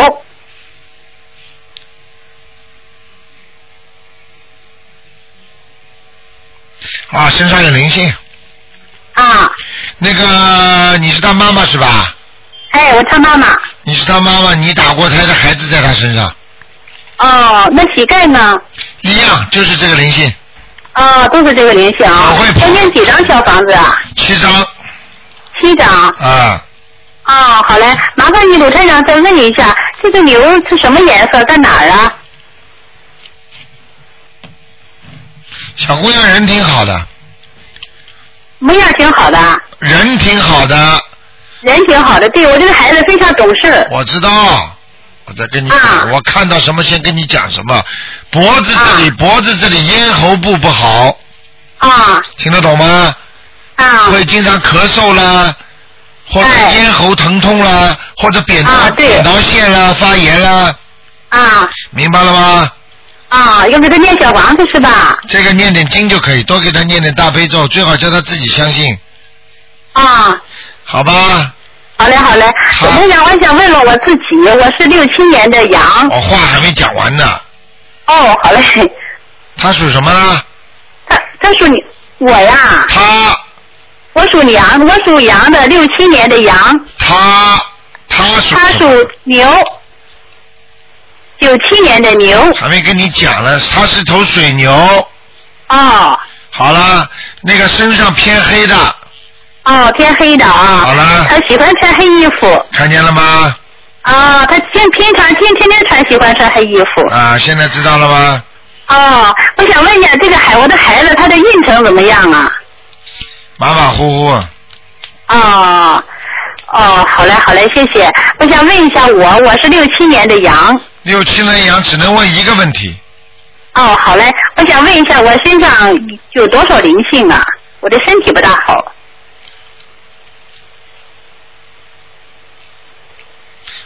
Speaker 1: 啊，身上有灵性。
Speaker 3: 啊，
Speaker 1: 那个，你是他妈妈是吧？
Speaker 3: 哎，我她妈妈。
Speaker 1: 你是他妈妈，你打过胎的孩子在他身上，
Speaker 3: 哦，那膝盖呢？
Speaker 1: 一样就是这个灵性，
Speaker 3: 哦，都是这个灵性啊
Speaker 1: 我会。跑
Speaker 3: 要念几张小房子啊？
Speaker 1: 七张
Speaker 3: 七张。
Speaker 1: 啊，
Speaker 3: 哦，好嘞，麻烦你鲁台长再问一下，这个牛是什么颜色，在哪儿啊？
Speaker 1: 小姑娘人挺好的，
Speaker 3: 模样挺好的。
Speaker 1: 人挺好的，
Speaker 3: 人挺好的，对我这个孩子非常懂事。
Speaker 1: 我知道，我在跟你讲，
Speaker 3: 啊
Speaker 1: 我看到什么先跟你讲什么。脖子这里，脖子这里咽喉部不好，
Speaker 3: 啊
Speaker 1: 听得懂吗？
Speaker 3: 啊
Speaker 1: 会经常咳嗽啦，或者
Speaker 3: 哎
Speaker 1: 咽喉疼痛啦，或者扁桃、
Speaker 3: 啊对
Speaker 1: 扁桃腺啦发炎啦，
Speaker 3: 啊
Speaker 1: 明白了吗？
Speaker 3: 啊！要给他念小房子是吧？
Speaker 1: 这个念点经就可以，多给他念点大悲咒，最好叫他自己相信，
Speaker 3: 啊，
Speaker 1: 好吧？
Speaker 3: 好嘞好嘞。
Speaker 1: 好
Speaker 3: 我台长，我想问问我自己，
Speaker 1: 哦
Speaker 3: 我是六七年的羊。
Speaker 1: 我话还没讲完呢，
Speaker 3: 哦，好嘞。
Speaker 1: 他属什么呢？
Speaker 3: 他他属你我呀，
Speaker 1: 他
Speaker 3: 我属羊，我属羊的六七年的羊，
Speaker 1: 他他属
Speaker 3: 他
Speaker 1: 什
Speaker 3: 属
Speaker 1: 么
Speaker 3: 牛，九七年的牛。
Speaker 1: 还没跟你讲了，他是头水牛。
Speaker 3: 哦
Speaker 1: 好了，那个身上偏黑的，
Speaker 3: 哦，偏黑的啊。
Speaker 1: 好了
Speaker 3: 他喜欢穿黑衣服
Speaker 1: 看见了吗？
Speaker 3: 啊，他天平常天天天穿喜欢穿黑衣服。
Speaker 1: 啊，现在知道了吗？
Speaker 3: 哦，我想问一下，这个孩我的孩子他的运程怎么样啊？
Speaker 1: 马马虎虎，
Speaker 3: 哦，哦，好嘞，好嘞，谢谢。我想问一下我，我是六七年的羊。
Speaker 1: 六七轮羊只能问一个问题，
Speaker 3: 哦，好嘞，我想问一下，我身上有多少灵性啊？我的身体不大好。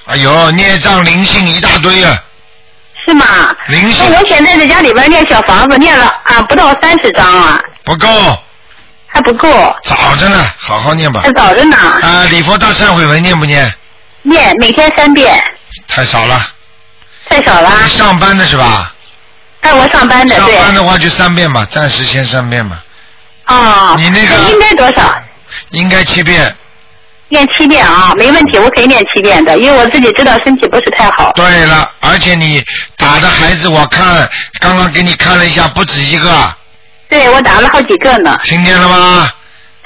Speaker 1: 哎呦，孽障灵性一大堆啊，
Speaker 3: 是吗？哎
Speaker 1: 灵性
Speaker 3: 那我现在在家里边念小房子，念了啊不到三十章啊，
Speaker 1: 不够，
Speaker 3: 还不够，
Speaker 1: 早着呢，好好念吧
Speaker 3: 还。早着呢。
Speaker 1: 啊，礼佛大忏悔文念不念？
Speaker 3: 念每天三遍，
Speaker 1: 太少了。
Speaker 3: 太少了。
Speaker 1: 你上班的是吧？
Speaker 3: 哎，我上班的
Speaker 1: 上
Speaker 3: 啊对。
Speaker 1: 班的话就三遍吧，暂时先三遍吧，
Speaker 3: 哦。
Speaker 1: 你那个
Speaker 3: 应该多少？
Speaker 1: 应该七遍。
Speaker 3: 念七遍啊，没问题，我可以念七遍的，因为我自己知道身体不是太好。
Speaker 1: 对了，而且你打的孩子，我看刚刚给你看了一下，不止一个，
Speaker 3: 对，我打了好几个呢，
Speaker 1: 听见了吗？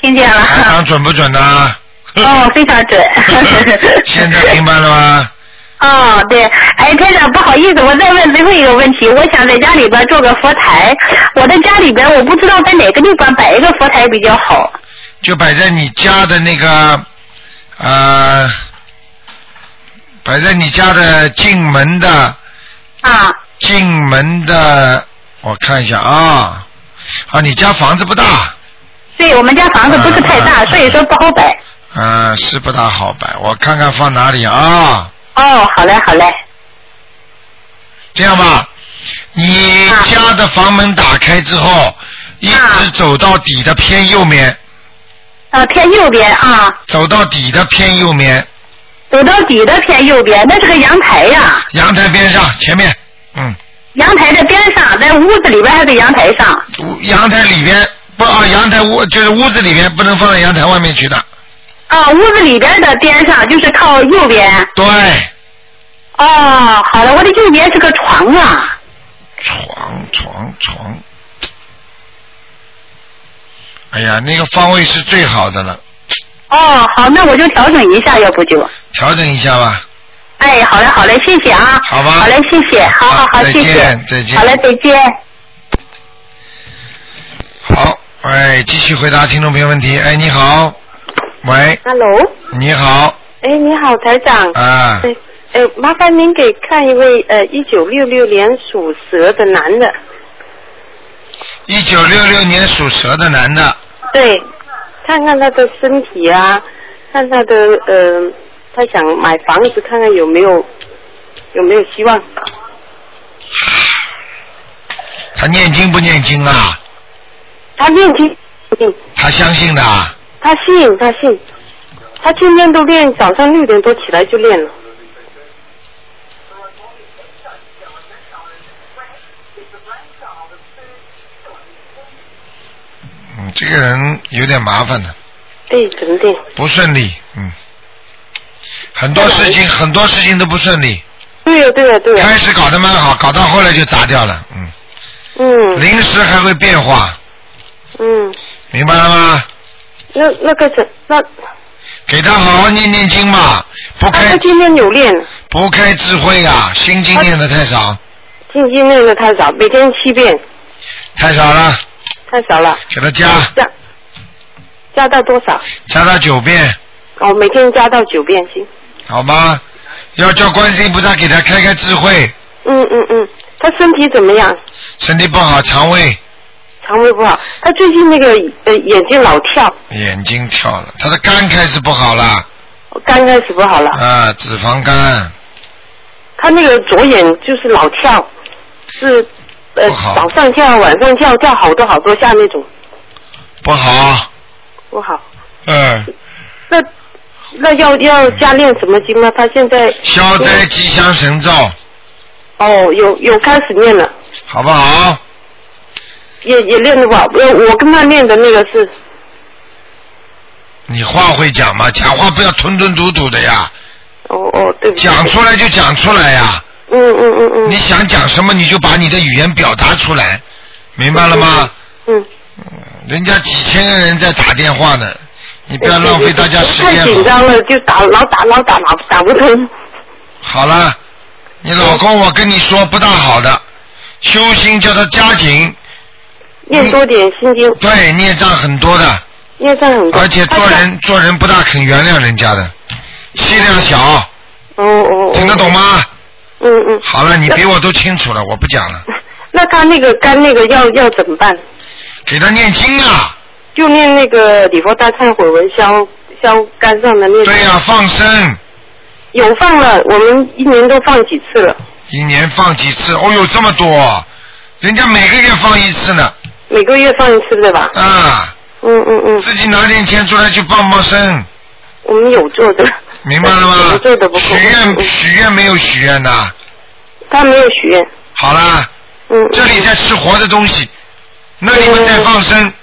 Speaker 3: 听见
Speaker 1: 台
Speaker 3: 了。
Speaker 1: 长准不准呢？。
Speaker 3: 哦， 非常准
Speaker 1: 嗯 现 在明白了吗？
Speaker 3: 哦，对，哎，台长，不好意思，我再问最后一个问题，我想在家里边做个佛台，我的家里边我不知道在哪个地方摆一个佛台比较好。
Speaker 1: 就摆在你家的那个，呃，摆在你家的进门的
Speaker 3: 啊，
Speaker 1: 进门的，我看一下啊，啊，你家房子不大，
Speaker 3: 对，我们家房子不是太大，
Speaker 1: 啊
Speaker 3: 所以说不好摆。
Speaker 1: 嗯、是不大好摆，我看看放哪里啊。
Speaker 3: 哦，好嘞，好嘞，
Speaker 1: 这样吧，你家的房门打开之后，一直走到底的偏右面，
Speaker 3: 呃，偏右边啊，
Speaker 1: 走到底的偏右面，
Speaker 3: 走到底的偏右边，那是个阳台呀、
Speaker 1: 阳台边上前面，嗯，
Speaker 3: 阳台的边上，在屋子里边还是阳台上？
Speaker 1: 屋阳台里边不啊，阳台屋就是屋子里边不能放到阳台外面去的，
Speaker 3: 啊，屋子里边的边上就是靠右边。
Speaker 1: 对，
Speaker 3: 哦，好了，我的右边是个床啊。
Speaker 1: 床床床，哎呀，那个方位是最好的了，
Speaker 3: 哦，好，那我就调整一下，要不就。
Speaker 1: 调整一下吧，
Speaker 3: 哎，好嘞，好嘞，谢谢啊。
Speaker 1: 好吧
Speaker 3: 好嘞，谢谢，好好
Speaker 1: 好
Speaker 3: 好，
Speaker 1: 再
Speaker 3: 谢谢
Speaker 1: 见。再见
Speaker 3: 好嘞，再见。
Speaker 1: 好，哎，继续回答听众朋友问题，哎，你好，喂，
Speaker 5: Hello，
Speaker 1: 你好，
Speaker 5: 哎，你好，台长。
Speaker 1: 啊，
Speaker 5: 哎，哎，麻烦您给看一位呃，一九六六年属蛇的男的。
Speaker 1: 一九六六年属蛇的男的，
Speaker 5: 对，看看他的身体啊，看他的呃，他想买房子，看看有没有有没有希望。
Speaker 1: 他念经不念经啊？
Speaker 5: 他念经，嗯
Speaker 1: 他相信的啊，
Speaker 5: 他信，他信，他天天都练，早上六点多起来就练了。
Speaker 1: 嗯，这个人有点麻烦的，
Speaker 5: 对，怎么练？
Speaker 1: 不顺利，嗯，很多事情很多事情都不顺利，
Speaker 5: 对呀、对呀、对啊呀、
Speaker 1: 开始搞得蛮好，搞到后来就砸掉了，嗯，
Speaker 5: 嗯
Speaker 1: 临时还会变化，
Speaker 5: 嗯，
Speaker 1: 明白了吗？
Speaker 5: 那那个怎那
Speaker 1: 给他好好念念经嘛，不
Speaker 5: 啊
Speaker 1: 开
Speaker 5: 他今天有练。
Speaker 1: 不开智慧啊，心经念的太少，
Speaker 5: 进经练的太少，每天七遍
Speaker 1: 太少了，
Speaker 5: 太少了，
Speaker 1: 给他加
Speaker 5: 加加到多少？
Speaker 1: 加到九遍，
Speaker 5: 哦，每天加到九遍行。
Speaker 1: 好吗？要叫观世音菩萨给他开开智慧，
Speaker 5: 嗯嗯嗯，他身体怎么样？
Speaker 1: 身体不好，肠胃。
Speaker 5: 肠胃不好，他最近那个呃眼睛老跳，
Speaker 1: 眼睛跳了，他的肝开始不好了
Speaker 5: 刚开始不好了，
Speaker 1: 啊，脂肪肝，
Speaker 5: 他那个左眼就是老跳，是呃
Speaker 1: 不好
Speaker 5: 早上跳晚上跳跳好多好多下那种
Speaker 1: 不好，
Speaker 5: 不好。
Speaker 1: 嗯，
Speaker 5: 那那要要加练什么经吗？他现在
Speaker 1: 消灾吉祥神咒，
Speaker 5: 哦有有开始念了，
Speaker 1: 好不好？
Speaker 3: 也也练的不好，
Speaker 5: 呃
Speaker 3: 我我跟他练的那个是
Speaker 1: 你话会讲吗？讲话不要吞吞吐吐的呀。
Speaker 3: 哦哦，对不
Speaker 1: 起。讲出来就讲出来呀。
Speaker 3: 嗯嗯嗯嗯。
Speaker 1: 你想讲什么，你就把你的语言表达出来，明白了吗？
Speaker 3: 嗯。
Speaker 1: 人家几千个人在打电话呢，你不要浪费大家时间
Speaker 3: 太紧
Speaker 1: 好。
Speaker 3: 张了，就打老打老打老打不通。
Speaker 1: 好了，你老公我跟你说不大好的，修心叫他加紧，
Speaker 3: 念多点心经，
Speaker 1: 对，孽障很多的，
Speaker 3: 念上很多。
Speaker 1: 而且做人做人不大肯原谅人家的，气量小，
Speaker 3: 哦哦。
Speaker 1: 听得懂吗？
Speaker 3: 嗯嗯。
Speaker 1: 好了，你比我都清楚了，我不讲了，
Speaker 3: 那他那个肝那个要要怎么办？
Speaker 1: 给他念经啊，
Speaker 3: 就念那个礼佛大忏悔文消消肝上的那。对
Speaker 1: 呀、放生。
Speaker 3: 有放了，我们一年都放几次了，
Speaker 1: 一年放几次？哦呦，这么多，人家每个月放一次呢，
Speaker 3: 每个月放一次对吧？
Speaker 1: 啊。
Speaker 3: 嗯嗯嗯。
Speaker 1: 自己拿点钱出来去放放生，
Speaker 3: 我们有做的，
Speaker 1: 明白了吗？许愿许愿没有许愿的，
Speaker 3: 他没有许愿。
Speaker 1: 好啦，
Speaker 3: 嗯。
Speaker 1: 这里在吃活的东西，那你们在放生，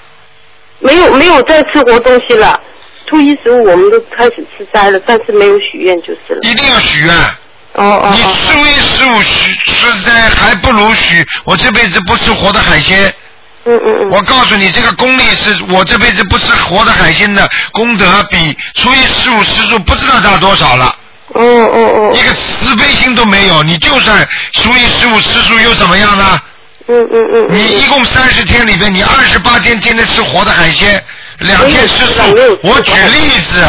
Speaker 3: 没有没有再吃活东西了。初一十五我们都开始吃斋了，但是没有许愿就是了。
Speaker 1: 一定要许愿。
Speaker 3: 哦哦
Speaker 1: 你初一十五许吃斋，还不如许我这辈子不吃活的海鲜。
Speaker 3: 嗯嗯嗯。
Speaker 1: 我告诉你，这个功力是我这辈子不吃活的海鲜的功德，比初一十五吃素不知道大多少了。
Speaker 3: 哦哦哦。
Speaker 1: 一个慈悲心都没有，你就算初一十五吃素又怎么样呢？
Speaker 3: 嗯嗯嗯。
Speaker 1: 你一共三十天里边，你二十八天天天吃活的海鲜，两天吃素。
Speaker 3: 哎
Speaker 1: 我举例子。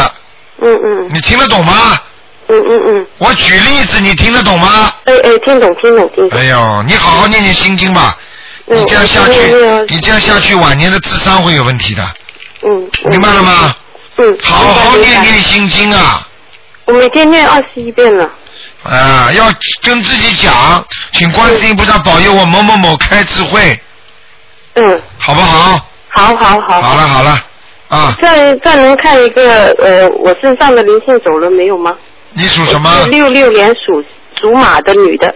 Speaker 3: 嗯嗯。
Speaker 1: 你听得懂吗？
Speaker 3: 嗯嗯嗯。
Speaker 1: 我举例子，你听得懂吗？
Speaker 3: 哎哎，听懂听懂听
Speaker 1: 懂。哎呦，你好好念念心经吧。
Speaker 3: 嗯
Speaker 1: 你这样下去
Speaker 3: 我我我，
Speaker 1: 你这样下去，晚年的智商会有问题的。
Speaker 3: 嗯。
Speaker 1: 明白了吗？
Speaker 3: 嗯。
Speaker 1: 好好念念心经啊！
Speaker 3: 我每天念二十一遍了。
Speaker 1: 啊，要跟自己讲，请观世音菩萨保佑我某某某开智慧，
Speaker 3: 嗯，
Speaker 1: 好不好？
Speaker 3: 好好好。
Speaker 1: 好了好了，啊，
Speaker 3: 再再能看一个呃，我身上的灵性走了没有吗？
Speaker 1: 你属什么？
Speaker 3: 六六年属属马的女的，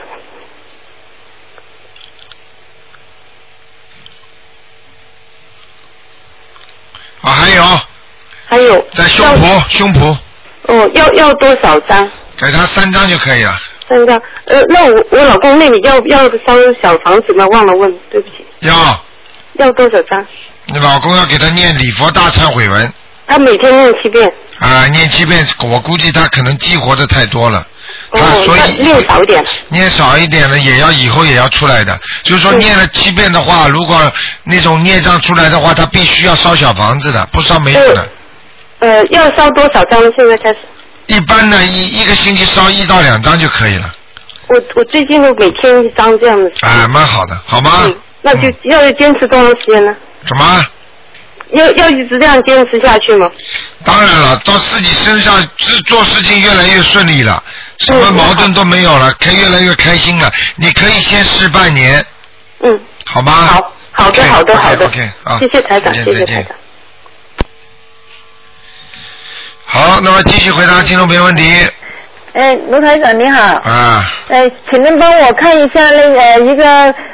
Speaker 1: 啊，还有
Speaker 3: 还有
Speaker 1: 在胸脯胸脯，
Speaker 3: 哦，要要多少张？
Speaker 1: 给他三张就可以了，
Speaker 3: 三张。呃，那我我老公那里要要烧小房子吗？忘了问，对不起。
Speaker 1: 要
Speaker 3: 要多少张？
Speaker 1: 你老公要给他念礼佛大忏悔文
Speaker 3: 他每天念七遍，
Speaker 1: 啊，念七遍，我估计他可能激活的太多了。他
Speaker 3: 哦
Speaker 1: 啊所
Speaker 3: 那
Speaker 1: 以
Speaker 3: 念少一点。
Speaker 1: 念少一点了，也要以后也要出来的。就是说，
Speaker 3: 嗯
Speaker 1: 念了七遍的话，如果那种孽障出来的话，他必须要烧小房子的，不烧没有的。
Speaker 3: 呃，要烧多少张？现在开始。
Speaker 1: 一般呢，一一个星期烧一到两张就可以了，
Speaker 3: 我我最近都每天一张这样的，
Speaker 1: 啊，蛮好的，好吗？
Speaker 3: 那
Speaker 1: 嗯
Speaker 3: 就要坚持多长时间呢？
Speaker 1: 什么？
Speaker 3: 要要一直这样坚持下去吗？
Speaker 1: 当然了，到自己身上自做事情越来越顺利了，什
Speaker 3: 嗯
Speaker 1: 么矛盾都没有了，可以越来越开心了。你可以先试半年。
Speaker 3: 嗯。
Speaker 1: 好吗？好，
Speaker 3: 好的好的好的
Speaker 1: OK，啊，
Speaker 3: 谢谢台长
Speaker 1: 再
Speaker 3: 谢
Speaker 1: 见
Speaker 3: 谢
Speaker 1: 再见。好，那么继续回答听众朋友问题
Speaker 2: 哎，卢台长你好，
Speaker 1: 啊，
Speaker 2: 哎，请您帮我看一下那个呃一个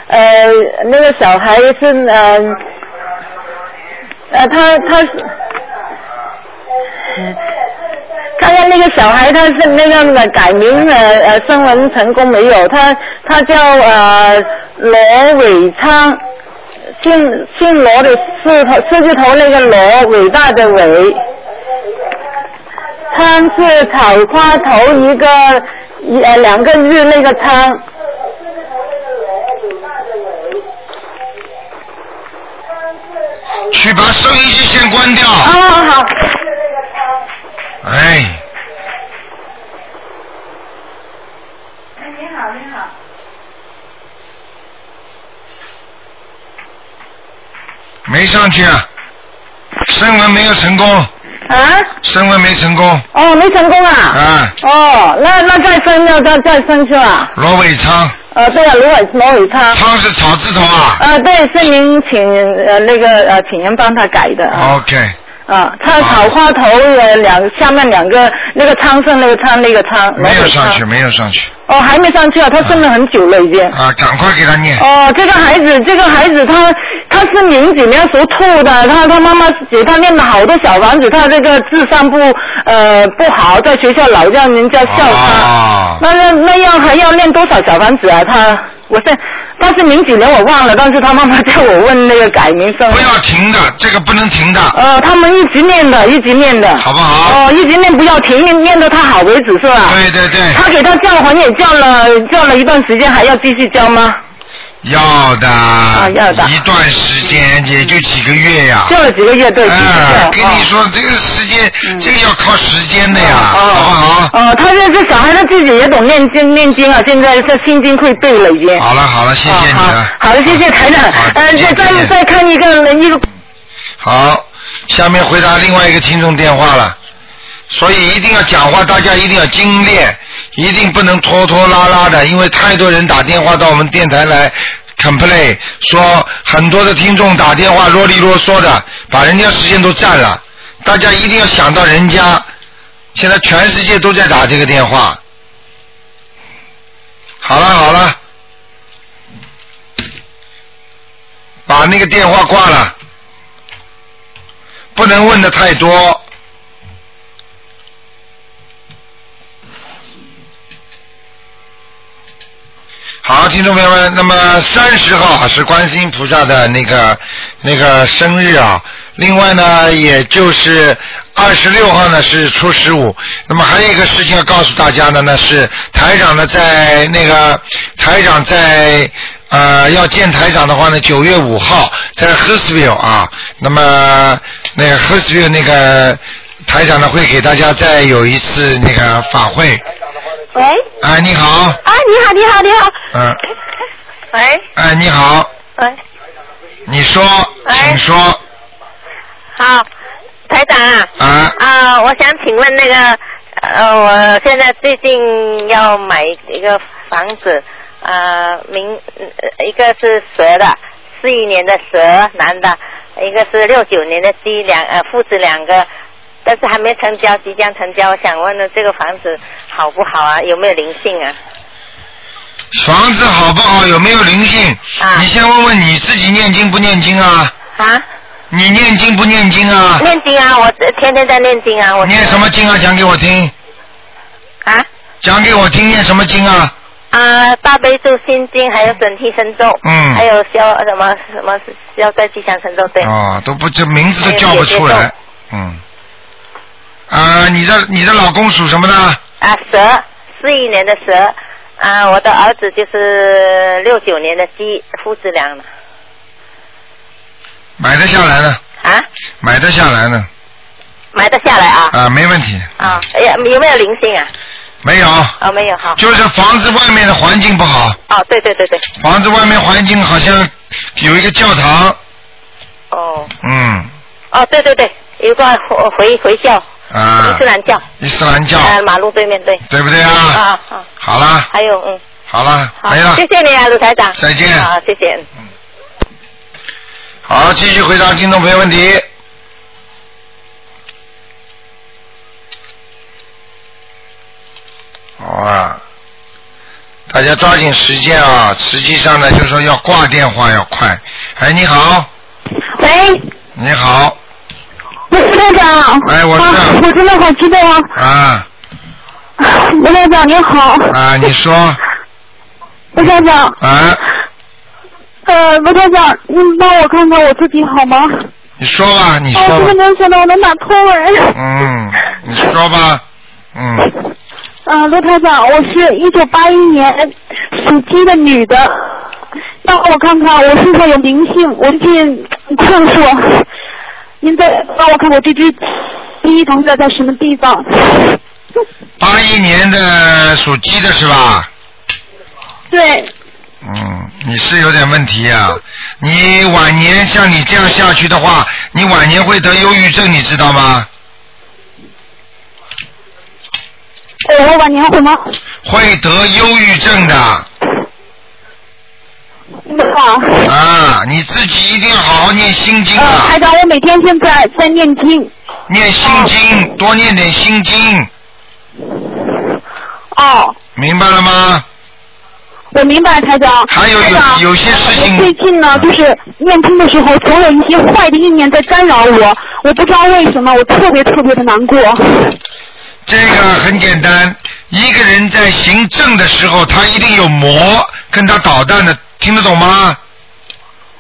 Speaker 2: 呃那个小孩是呃呃他他是嗯看看那个小孩他是那个呃改名呃呃声纹成功没有？他他叫呃罗伟昌，姓姓罗的字头四字头那个罗，伟大的伟。仓是草花头一个一呃两个日那个仓，
Speaker 1: 去把收音机先关掉。
Speaker 2: 哦好，
Speaker 1: 哎，
Speaker 8: 你哎好，你好。
Speaker 1: 没上去啊，声纹没有成功。
Speaker 2: 啊？
Speaker 1: 声纹没成功
Speaker 2: 哦没成功啊，
Speaker 1: 啊，
Speaker 2: 哦那那再生要再再生去了，
Speaker 1: 罗伟昌，
Speaker 2: 呃对啊罗伟罗伟昌，
Speaker 1: 昌是草字头啊。
Speaker 2: 呃对是您请呃那个呃请人帮他改的啊，
Speaker 1: OK，
Speaker 2: 啊他草花头呃两下面两个那个仓是那个仓那个仓，
Speaker 1: 没有
Speaker 2: 罗伟昌
Speaker 1: 上去，没有上去。
Speaker 3: 哦，还没上去啊，他生了很久了已经。
Speaker 1: 啊，赶快给他念。
Speaker 3: 哦，这个孩子，这个孩子他他是零几年时候吐的，他他妈妈给他念了好多小房子，他这个智商不呃不好，在学校老让人家笑他。
Speaker 1: 啊，
Speaker 3: 那那那样还要念多少小房子啊？他我现他是零几年我忘了，但是他妈妈叫我问那个改名生。
Speaker 1: 不要停的，这个不能停的。
Speaker 3: 呃，他们一直念的，一直念的。
Speaker 1: 好不好？
Speaker 3: 哦，一直念不要停，念念到他好为止是吧？
Speaker 1: 对对对，
Speaker 3: 他给他叫还也叫了，叫了一段时间，还要继续叫吗？
Speaker 1: 要的。啊
Speaker 3: 要的
Speaker 1: 一段时间也就几个月呀。
Speaker 3: 叫了几个月，对，哦继续
Speaker 1: 哎
Speaker 3: 叫。
Speaker 1: 跟你说，这个时间，这个要靠时间的呀，好不好？
Speaker 3: 哦，他这这小孩他自己也懂念经念经啊，现在这心经会背了已经。
Speaker 1: 好了好了，谢谢你了。
Speaker 3: 啊哦好的，谢谢台长。呃，再再再看一个一个
Speaker 1: 好，下面回答另外一个听众电话了。所以一定要讲话，大家一定要精炼，一定不能拖拖拉拉的，因为太多人打电话到我们电台来 complain，说很多的听众打电话啰里啰嗦的，把人家时间都占了。大家一定要想到人家，现在全世界都在打这个电话。好了好了，把那个电话挂了，不能问的太多。好，听众朋友们，那么三十号啊是观世音菩萨的那个那个生日啊，另外呢，也就是二十六号呢是初十五。那么还有一个事情要告诉大家的呢是，台长呢在那个台长在呃要见台长的话呢，九月五号在 h e r s v i l l e 啊，那么那个 h e r s v i l l e 那个台长呢会给大家再有一次那个法会。
Speaker 5: 喂，
Speaker 1: 哎，你好，
Speaker 5: 啊，你好，你好，你好，
Speaker 1: 嗯、
Speaker 5: 喂，
Speaker 1: 哎，你好。
Speaker 5: 喂。
Speaker 1: 你说，
Speaker 5: 哎
Speaker 1: 请说
Speaker 5: 好，台长啊，
Speaker 1: 啊
Speaker 5: 啊、我想请问那个，呃，我现在最近要买一个房子，呃，明呃一个是蛇的，四一年的蛇男的，一个是六九年的鸡两呃父子两个，但是还没成交，即将成交，我想问呢这个房子好不好啊？有没有灵性啊？
Speaker 1: 房子好不好，有没有灵性？你先问问你自己念经不念经啊？
Speaker 5: 啊？
Speaker 1: 你念经不念经啊？
Speaker 5: 念经啊，我天天在念经啊，我
Speaker 1: 念什么经啊？讲给我听。
Speaker 5: 啊？
Speaker 1: 讲给我听，念什么经啊？
Speaker 5: 啊，大悲咒、心经，还有准提神咒，
Speaker 1: 嗯
Speaker 5: 还有消什么什么消灾吉祥神咒，对，哎
Speaker 1: 哦，都不这名字都叫不出来，嗯。啊，你的你的老公属什么呢？
Speaker 5: 啊，蛇，四一年的蛇，啊，我的儿子就是六九年的鸡，父子俩的，
Speaker 1: 买得下来呢？
Speaker 5: 啊？
Speaker 1: 买得下来呢？
Speaker 5: 买得下来啊？
Speaker 1: 啊，没问题，
Speaker 5: 啊，哎呀，有没有灵性啊？
Speaker 1: 没有，
Speaker 5: 哦，没有，好。
Speaker 1: 就是房子外面的环境不好，
Speaker 5: 哦，对对对对，
Speaker 1: 房子外面环境好像有一个教堂，
Speaker 5: 哦，
Speaker 1: 嗯，
Speaker 5: 哦，对对对，有个回回回教，伊
Speaker 1: 啊
Speaker 5: 斯，兰教，
Speaker 1: 伊斯兰教，
Speaker 5: 啊，马路对面对，
Speaker 1: 对不对啊？
Speaker 5: 啊啊，
Speaker 1: 好啦，
Speaker 5: 还有嗯，
Speaker 1: 好啦，
Speaker 5: 好，
Speaker 1: 没了
Speaker 5: 谢。谢你啊，卢台长，
Speaker 1: 再见嗯
Speaker 5: 好，谢谢。
Speaker 1: 好，继续回答听众朋友问题。好啊，大家抓紧时间啊！实际上呢，就是说要挂电话要快。哎，你好，
Speaker 9: 喂，
Speaker 1: 你好，
Speaker 9: 吴台长。
Speaker 1: 哎我知道
Speaker 9: 啊我真的好激动啊！
Speaker 1: 啊
Speaker 9: 吴台长您好，
Speaker 1: 啊，你说
Speaker 9: 吴台长，
Speaker 1: 啊，
Speaker 9: 呃，吴台长，您帮我看看我自己好吗？
Speaker 1: 你说吧，你
Speaker 9: 啊
Speaker 1: 说
Speaker 9: 我真
Speaker 1: 吧，
Speaker 9: 的没有想到我能打通哎。
Speaker 1: 嗯，你说吧，嗯，
Speaker 9: 啊，卢台长，我是一九八一年属鸡的女的，让我看看我身上有灵性，我最近困惑。您再帮我看我这只鸡同在在什么地方？
Speaker 1: 八一年的属鸡的是吧？
Speaker 9: 对，
Speaker 1: 嗯，你是有点问题啊！你晚年像你这样下去的话，你晚年会得忧郁症，你知道吗？
Speaker 9: 我晚年会吗？
Speaker 1: 会得忧郁症的
Speaker 9: 啊。
Speaker 1: 啊！你自己一定要好好念心经
Speaker 9: 呃，
Speaker 1: 啊
Speaker 9: 台，长，我每天现在在念经。
Speaker 1: 念心经，多念点心经。
Speaker 9: 哦。
Speaker 1: 明白了吗？
Speaker 9: 我明白，台长。
Speaker 1: 还有
Speaker 9: 台
Speaker 1: 有
Speaker 9: 长
Speaker 1: 有些事情啊
Speaker 9: 哦我最近呢，就是念经的时候，总有一些坏的意念在干扰我，我不知道为什么，我特别特别的难过。
Speaker 1: 这个很简单，一个人在行正的时候，他一定有魔跟他捣蛋的，听得懂吗？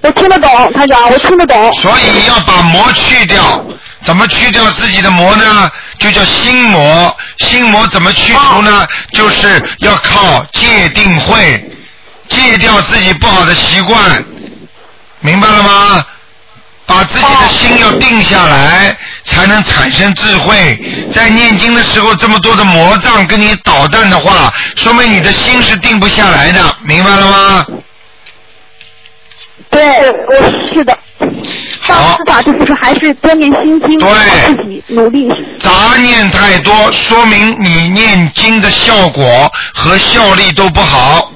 Speaker 9: 我听得懂，台长，我听得懂。
Speaker 1: 所以要把魔去掉，怎么去掉自己的魔呢？就叫心魔。心魔怎么去除呢？就是要靠戒定慧，戒掉自己不好的习惯，明白了吗？把自己的心要定下来，才能产生智慧。在念经的时候，这么多的魔障跟你捣蛋的话，说明你的心是定不下来的，明白了吗？
Speaker 9: 对，我是的。上司法就不是还是多念心经，对，自己努力。
Speaker 1: 杂念太多，说明你念经的效果和效力都不好，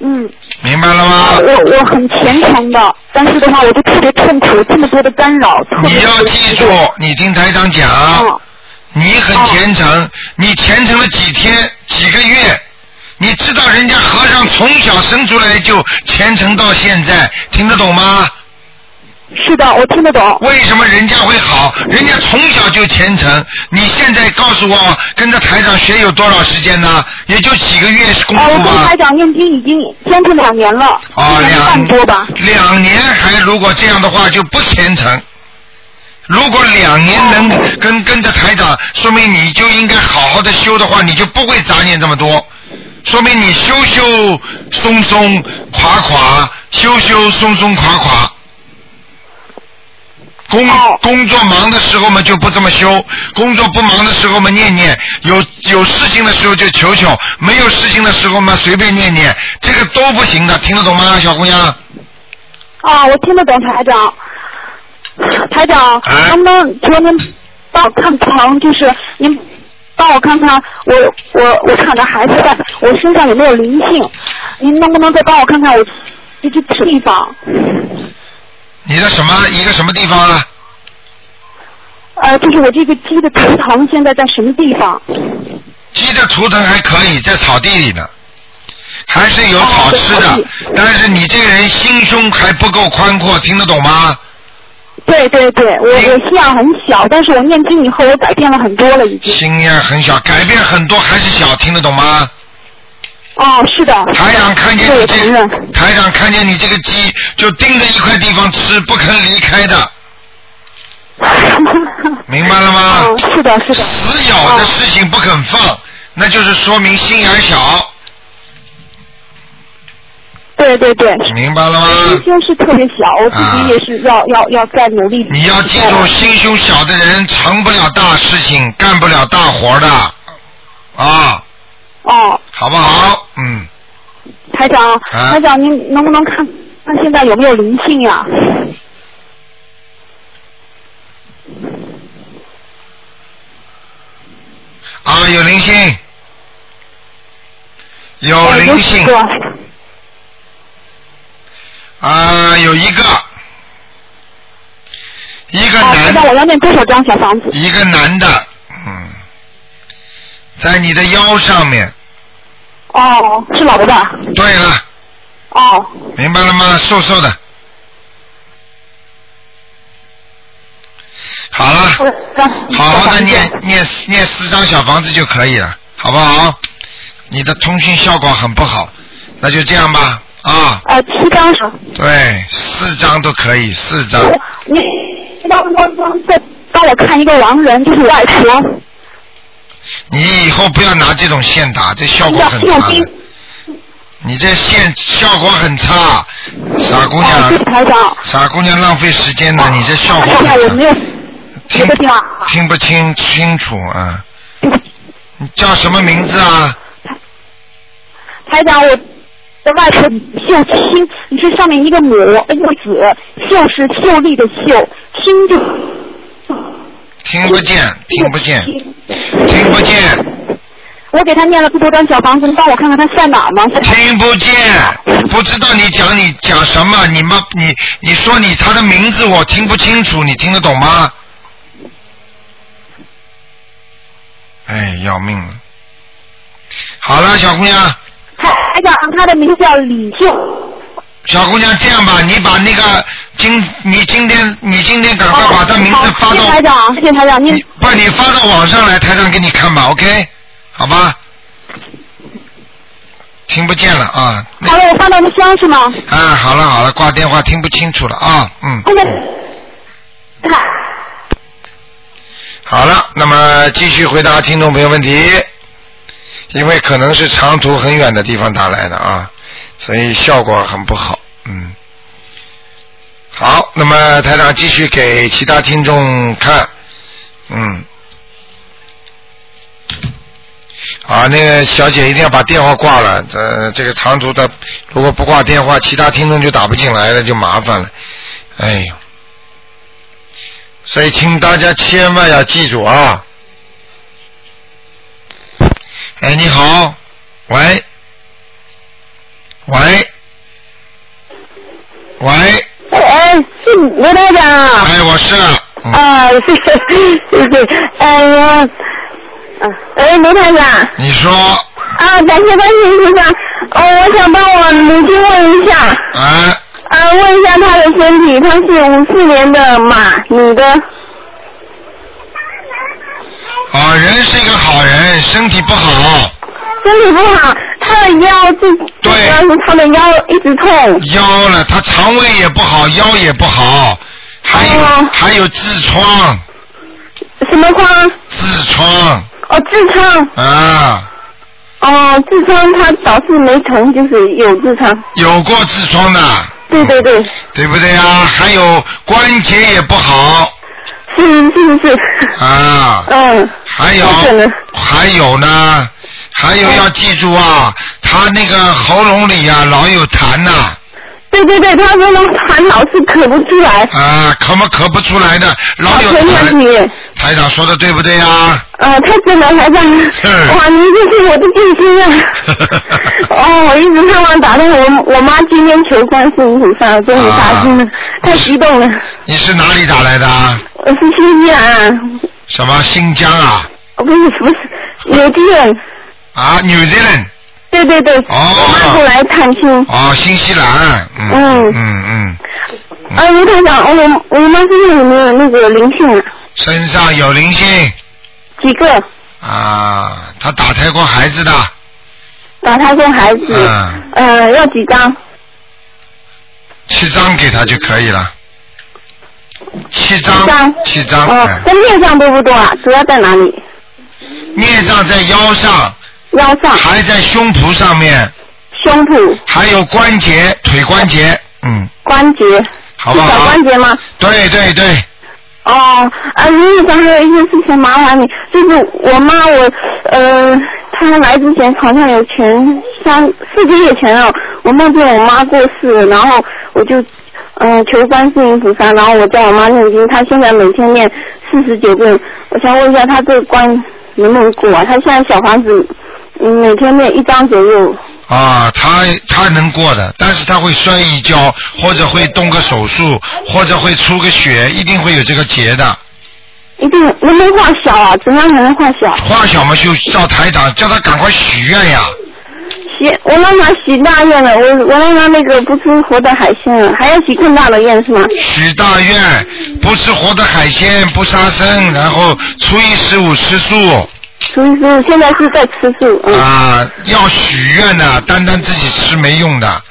Speaker 9: 嗯，
Speaker 1: 明白了吗？
Speaker 9: 我我很虔诚的，但是的话，我就特别痛苦，这么多的干扰，特别
Speaker 1: 你要记住，啊你听台长讲，
Speaker 9: 哦嗯
Speaker 1: 你很虔诚，你虔诚了几天、几个月，你知道人家和尚从小生出来就虔诚到现在，听得懂吗？
Speaker 9: 是的，我听得懂。
Speaker 1: 为什么人家会好？人家从小就虔诚，你现在告诉我跟着台长学有多少时间呢？也就几个月是功
Speaker 9: 哦，我
Speaker 1: 夫
Speaker 9: 跟
Speaker 1: 吧
Speaker 9: 台。长念经已经将近两年了，
Speaker 1: 啊，
Speaker 9: 半
Speaker 1: 两
Speaker 9: 多吧。
Speaker 1: 两年还如果这样的话就不虔诚。如果两年能跟跟着台长，说明你就应该好好的修的话，你就不会杂念这么多。说明你修修松松垮垮，修修松松垮垮。工工作忙的时候嘛就不这么修，工作不忙的时候嘛念念，有有事情的时候就求求，没有事情的时候嘛随便念念，这个都不行的，听得懂吗，小姑娘？
Speaker 9: 啊，我听得懂台长。台长，
Speaker 1: 哎
Speaker 9: 能不能求您帮我看床？就是您帮我看看我我我看的孩子在我身上有没有灵性？您能不能再帮我看看我这这地方？
Speaker 1: 你的什么一个什么地方啊？
Speaker 9: 呃，就是我这个鸡的图腾现在在什么地方？
Speaker 1: 鸡的图腾还可以，在草地里呢，还是有草吃的，但是你这个人心胸还不够宽阔，听得懂吗？
Speaker 9: 对对对，我
Speaker 1: 哎
Speaker 9: 我信仰很小，但是我念经以后我改变了很多了已经。
Speaker 1: 心眼很小，改变很多还是小，听得懂吗？
Speaker 9: 哦，是的。
Speaker 1: 台长看见你这，台长看见你这个鸡就盯着一块地方吃，不肯离开的。明白了 吗？
Speaker 9: 嗯是的，是的。
Speaker 1: 死咬的事情不肯放，那就是说明心眼小，
Speaker 9: 对对对。
Speaker 1: 明白了吗？
Speaker 9: 心胸是特别小，我自己也是要、要要再努力。
Speaker 1: 你要记住，心胸小的人成不了大事情，干不了大活的，啊，
Speaker 9: 哦，
Speaker 1: 好不好？嗯，
Speaker 9: 台长，
Speaker 1: 啊
Speaker 9: 台长，您能不能看看现在有没有灵性呀、
Speaker 1: 啊，有灵性，有灵性啊，
Speaker 9: 哎有几个
Speaker 1: 有一个，一个
Speaker 9: 啊，台
Speaker 1: 男
Speaker 9: 长，我要念多少张小房子？
Speaker 1: 一个男的，嗯，在你的腰上面。
Speaker 9: 哦，是老的吧？
Speaker 1: 对了，
Speaker 9: 哦，
Speaker 1: 明白了吗？瘦瘦的。好了，
Speaker 9: 嗯
Speaker 1: 好好的念念念四张小房子就可以了，好不好？你的通讯效果很不好，那就这样吧。啊，
Speaker 9: 呃，七张是吧？
Speaker 1: 对，四张都可以，四张。
Speaker 9: 你帮帮再帮我看一个亡人，就是我外婆，
Speaker 1: 你以后不要拿这种线打，这效果很
Speaker 9: 要
Speaker 1: 差
Speaker 9: 听
Speaker 1: 的。你这线效果很差，傻姑
Speaker 9: 哦
Speaker 1: 娘。傻姑娘浪费时间呢，你这效果
Speaker 9: 看看有
Speaker 1: 很
Speaker 9: 哎没有别的地方。啊
Speaker 1: 差，听不清清楚啊。你叫什么名字啊？
Speaker 9: 台长，我的外婆秀清，你是上面一个母，一个子，秀是秀丽的秀，清就
Speaker 1: 听不见，听不见，听不见，
Speaker 9: 我给他念了不多张小房子，你帮我看看他在哪儿吗？
Speaker 1: 听不见，不知道你讲你讲什么，你妈你你说你他的名字我听不清楚，你听得懂吗？哎，要命了！好了，小姑娘，
Speaker 9: 他台长，他的名字叫李秀，
Speaker 1: 小姑娘，这样吧，你把那个今你今天你今天赶快
Speaker 9: 哦
Speaker 1: 把他名字发
Speaker 9: 谢
Speaker 1: 到
Speaker 9: 谢台长，谢谢台长，您
Speaker 1: 不，你发到网上来，台上给你看吧，OK，好吧？听不见了啊，
Speaker 9: 好了，我放到那箱是吗？
Speaker 1: 啊，好了好了，挂电话听不清楚了啊，嗯，
Speaker 9: 那个哎
Speaker 1: 好了，那么继续回答听众朋友问题，因为可能是长途很远的地方打来的啊，所以效果很不好，嗯。好，那么台长继续给其他听众看，嗯。啊，那个小姐一定要把电话挂了，呃，这个长途的如果不挂电话，其他听众就打不进来了，就麻烦了，哎呦。所以，请大家千万要记住啊！哎，你好，喂，喂，喂，
Speaker 3: 哎，是罗台长啊。
Speaker 1: 哎，我是。哎
Speaker 3: 啊，
Speaker 9: 哎
Speaker 3: 是是是，哎呀，啊，哎，罗台长。
Speaker 1: 你说，
Speaker 3: 啊，感谢观世音菩萨。哦，我想帮我母亲问一下。
Speaker 1: 啊。
Speaker 3: 啊，问一下她的身体，她是五四年的马，女的。
Speaker 1: 啊，人是一个好人，身体不好，
Speaker 3: 身体不好，她的腰自对，主要是她的腰一直痛。
Speaker 1: 腰了，他肠胃也不好，腰也不好，还有、
Speaker 3: 哦
Speaker 1: 还有痔疮。
Speaker 3: 什么疮？
Speaker 1: 痔疮
Speaker 3: 哦，痔疮。
Speaker 1: 啊，
Speaker 3: 哦，痔疮她早是没疼，就是有痔疮。
Speaker 1: 有过痔疮的，
Speaker 3: 对对对，
Speaker 1: 对不对啊？还有关节也不 好
Speaker 3: 是是是是。
Speaker 1: 啊。
Speaker 3: 嗯。
Speaker 1: 还有还有呢，还有要记住啊，他那个喉咙里啊老有痰呐、
Speaker 3: 对对对，他说那痰老是咳不出来。哦
Speaker 1: 啊，咳么咳不出来的，老有
Speaker 3: 全问
Speaker 1: 痰。
Speaker 3: 题。
Speaker 1: 台长说的对不对呀、啊
Speaker 3: 呃，太真了，台长，
Speaker 1: 嗯
Speaker 3: 哇，您这是我的救星啊！ 哦，我一直盼望打通我我妈今天求观世音菩萨，终于打通了，
Speaker 1: 啊
Speaker 3: 太激动了。
Speaker 1: 你是哪里打来的啊？
Speaker 3: 我是新西兰啊，
Speaker 1: 什么新疆啊？
Speaker 3: 我不是不是纽西兰，
Speaker 1: 啊，New Zealand
Speaker 3: 对对对，我妈过来探亲。
Speaker 1: 哦，新西兰，嗯
Speaker 3: 嗯
Speaker 1: 嗯嗯，
Speaker 3: 啊，卢台长，我我妈身上有没有那个灵性啊？
Speaker 1: 身上有灵性
Speaker 3: 几个？
Speaker 1: 啊，他打胎过孩子的，
Speaker 3: 打胎过啊孩子，
Speaker 1: 嗯，
Speaker 3: 呃，要几张？
Speaker 1: 七张给他就可以了，七
Speaker 3: 七张
Speaker 1: 张，七张，
Speaker 3: 哦
Speaker 1: 哎，
Speaker 3: 那孽障多不多啊？主要在哪里？
Speaker 1: 孽障在腰上，
Speaker 3: 腰上，
Speaker 1: 还在胸脯上面，
Speaker 3: 胸脯，
Speaker 1: 还有关节，腿关节，嗯，
Speaker 3: 关节，
Speaker 1: 好不好
Speaker 3: 是小关节吗？
Speaker 1: 对对对，
Speaker 3: 哦，啊，卢院长还有一件事情麻烦你，就是我妈我，呃，她来之前好像有前三四个月前哦，我梦见我妈过世了，然后我就，呃，求观世音菩萨，然后我叫我妈念经，她现在每天念四十九遍，我想问一下她这个关能不能过啊？她现在小房子，嗯，每天念一张左右，
Speaker 1: 啊，他他能过的，但是他会摔一跤，或者会动个手术，或者会出个血，一定会有这个结的。
Speaker 3: 一定能不能画小啊？怎样才能画小？
Speaker 1: 画小嘛，就叫台长，叫他赶快许愿呀。
Speaker 3: 许我让他许大愿了，我我让他那个不吃活的海鲜了，还要许更大的愿是吗？
Speaker 1: 许大愿，不吃活的海鲜，不杀生，然后初一十五吃素。
Speaker 3: 所以说现在是在吃素，嗯。
Speaker 1: 啊，要许愿的，单单自己吃没用的，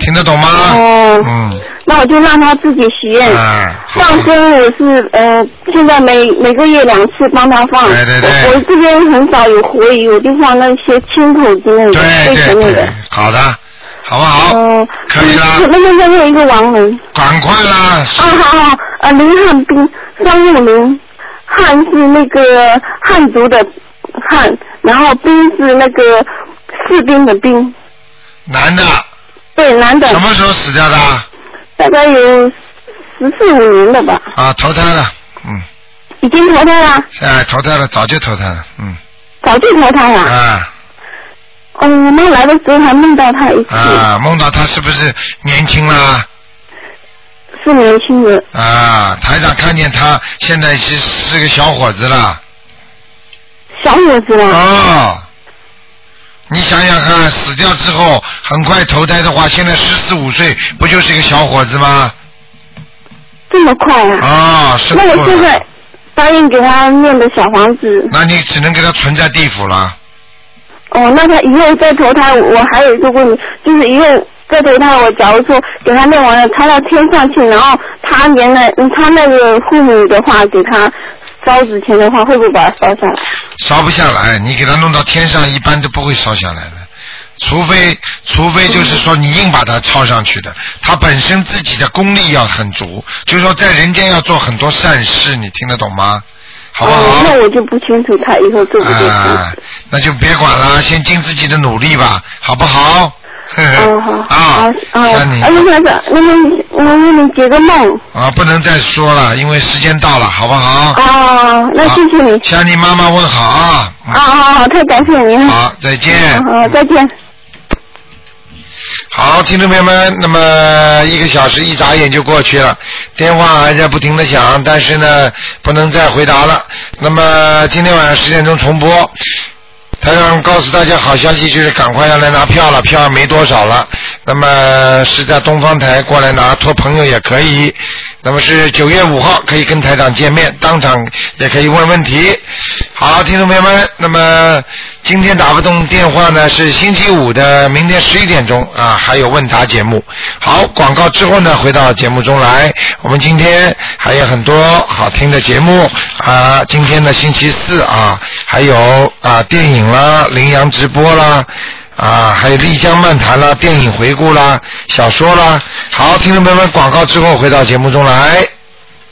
Speaker 1: 听得懂吗？
Speaker 3: 哦
Speaker 1: 嗯，
Speaker 3: 那我就让他自己许愿。
Speaker 1: 啊，
Speaker 3: 放生我是呃，现在每每个月两次帮他放。
Speaker 1: 对对对
Speaker 3: 我我这边很少有活鱼，我就放那些青口之类的、
Speaker 1: 对
Speaker 3: 贝
Speaker 1: 对
Speaker 3: 壳类
Speaker 1: 对
Speaker 3: 的。，
Speaker 1: 好的，好不好？
Speaker 3: 哦，
Speaker 1: 可以啦，
Speaker 3: 那边还有一个亡人。
Speaker 1: 赶快啦！
Speaker 3: 啊，好好，呃，林汉斌，张玉林，汉是那个汉族的汉，然后兵是那个士兵的兵，
Speaker 1: 男的，
Speaker 3: 对，男的，
Speaker 1: 什么时候死掉的？
Speaker 3: 大概有十四五年了吧，
Speaker 1: 啊，投胎了，
Speaker 3: 已经投胎了，
Speaker 1: 现在投胎了，早就投胎了，嗯，
Speaker 3: 早就投胎了。
Speaker 1: 啊嗯
Speaker 3: 哦，我们来的时候还梦到他一次，
Speaker 1: 啊，梦到他是不是年轻啦？
Speaker 3: 是年轻人，
Speaker 1: 啊，台长看见他现在是是个小伙子了，
Speaker 9: 嗯
Speaker 3: 小伙子了。
Speaker 1: 哦，你想想看，死掉之后很快投胎的话，现在十四五岁不就是一个小伙子吗？
Speaker 9: 这么快啊？
Speaker 1: 啊、是
Speaker 9: 那
Speaker 1: 错
Speaker 9: 我
Speaker 1: 了
Speaker 9: 现在答应给他念的小房子，
Speaker 1: 那你只能给他存在地府了。
Speaker 9: 哦，那他以后再投胎，我还有一个问题，就是以后再投胎，我假如说给他念完了，他到天上去，然后他原来嗯他那个父母的话，给他烧纸钱的话，会不会把他烧下来？
Speaker 1: 烧不下来，你给它弄到天上，一般都不会烧下来的，除非除非就是说你硬把它抄上去的，它本身自己的功力要很足，就是说在人间要做很多善事，你听得懂吗？好不好？
Speaker 9: 哦，那我就不清楚他以后做不做。
Speaker 1: 啊，那就别管了，先尽自己的努力吧，好不好？
Speaker 9: 哦
Speaker 1: 好 啊，
Speaker 9: 哦，
Speaker 1: 像你
Speaker 9: 哎，那个，那个，我给你解个梦。
Speaker 1: 啊，不能再说了，因为时间到了，好不好？
Speaker 9: 哦，那谢谢你。
Speaker 1: 向你妈妈问好啊！
Speaker 9: 啊啊啊！太感谢您了。
Speaker 1: 好，再见。
Speaker 9: 哦嗯好，再见。
Speaker 1: 好，听众朋友们，那么一个小时一眨眼就过去了，电话还在不停的响，但是呢，不能再回答了。那么今天晚上十点钟重播。台长告诉大家好消息，就是赶快要来拿票了，票没多少了。那么是在东方台过来拿，托朋友也可以。那么是九月五号可以跟台长见面，当场也可以问问题。好，听众朋友们，那么今天打不动电话呢，是星期五的明天十一点钟啊，还有问答节目。好，广告之后呢，回到节目中来。我们今天还有很多好听的节目啊，今天的星期四啊，还有啊电影啦、羚羊直播啦。啊，还有丽江漫谈啦、电影回顾啦、小说啦。好，听众朋友们，广告之后回到节目中来。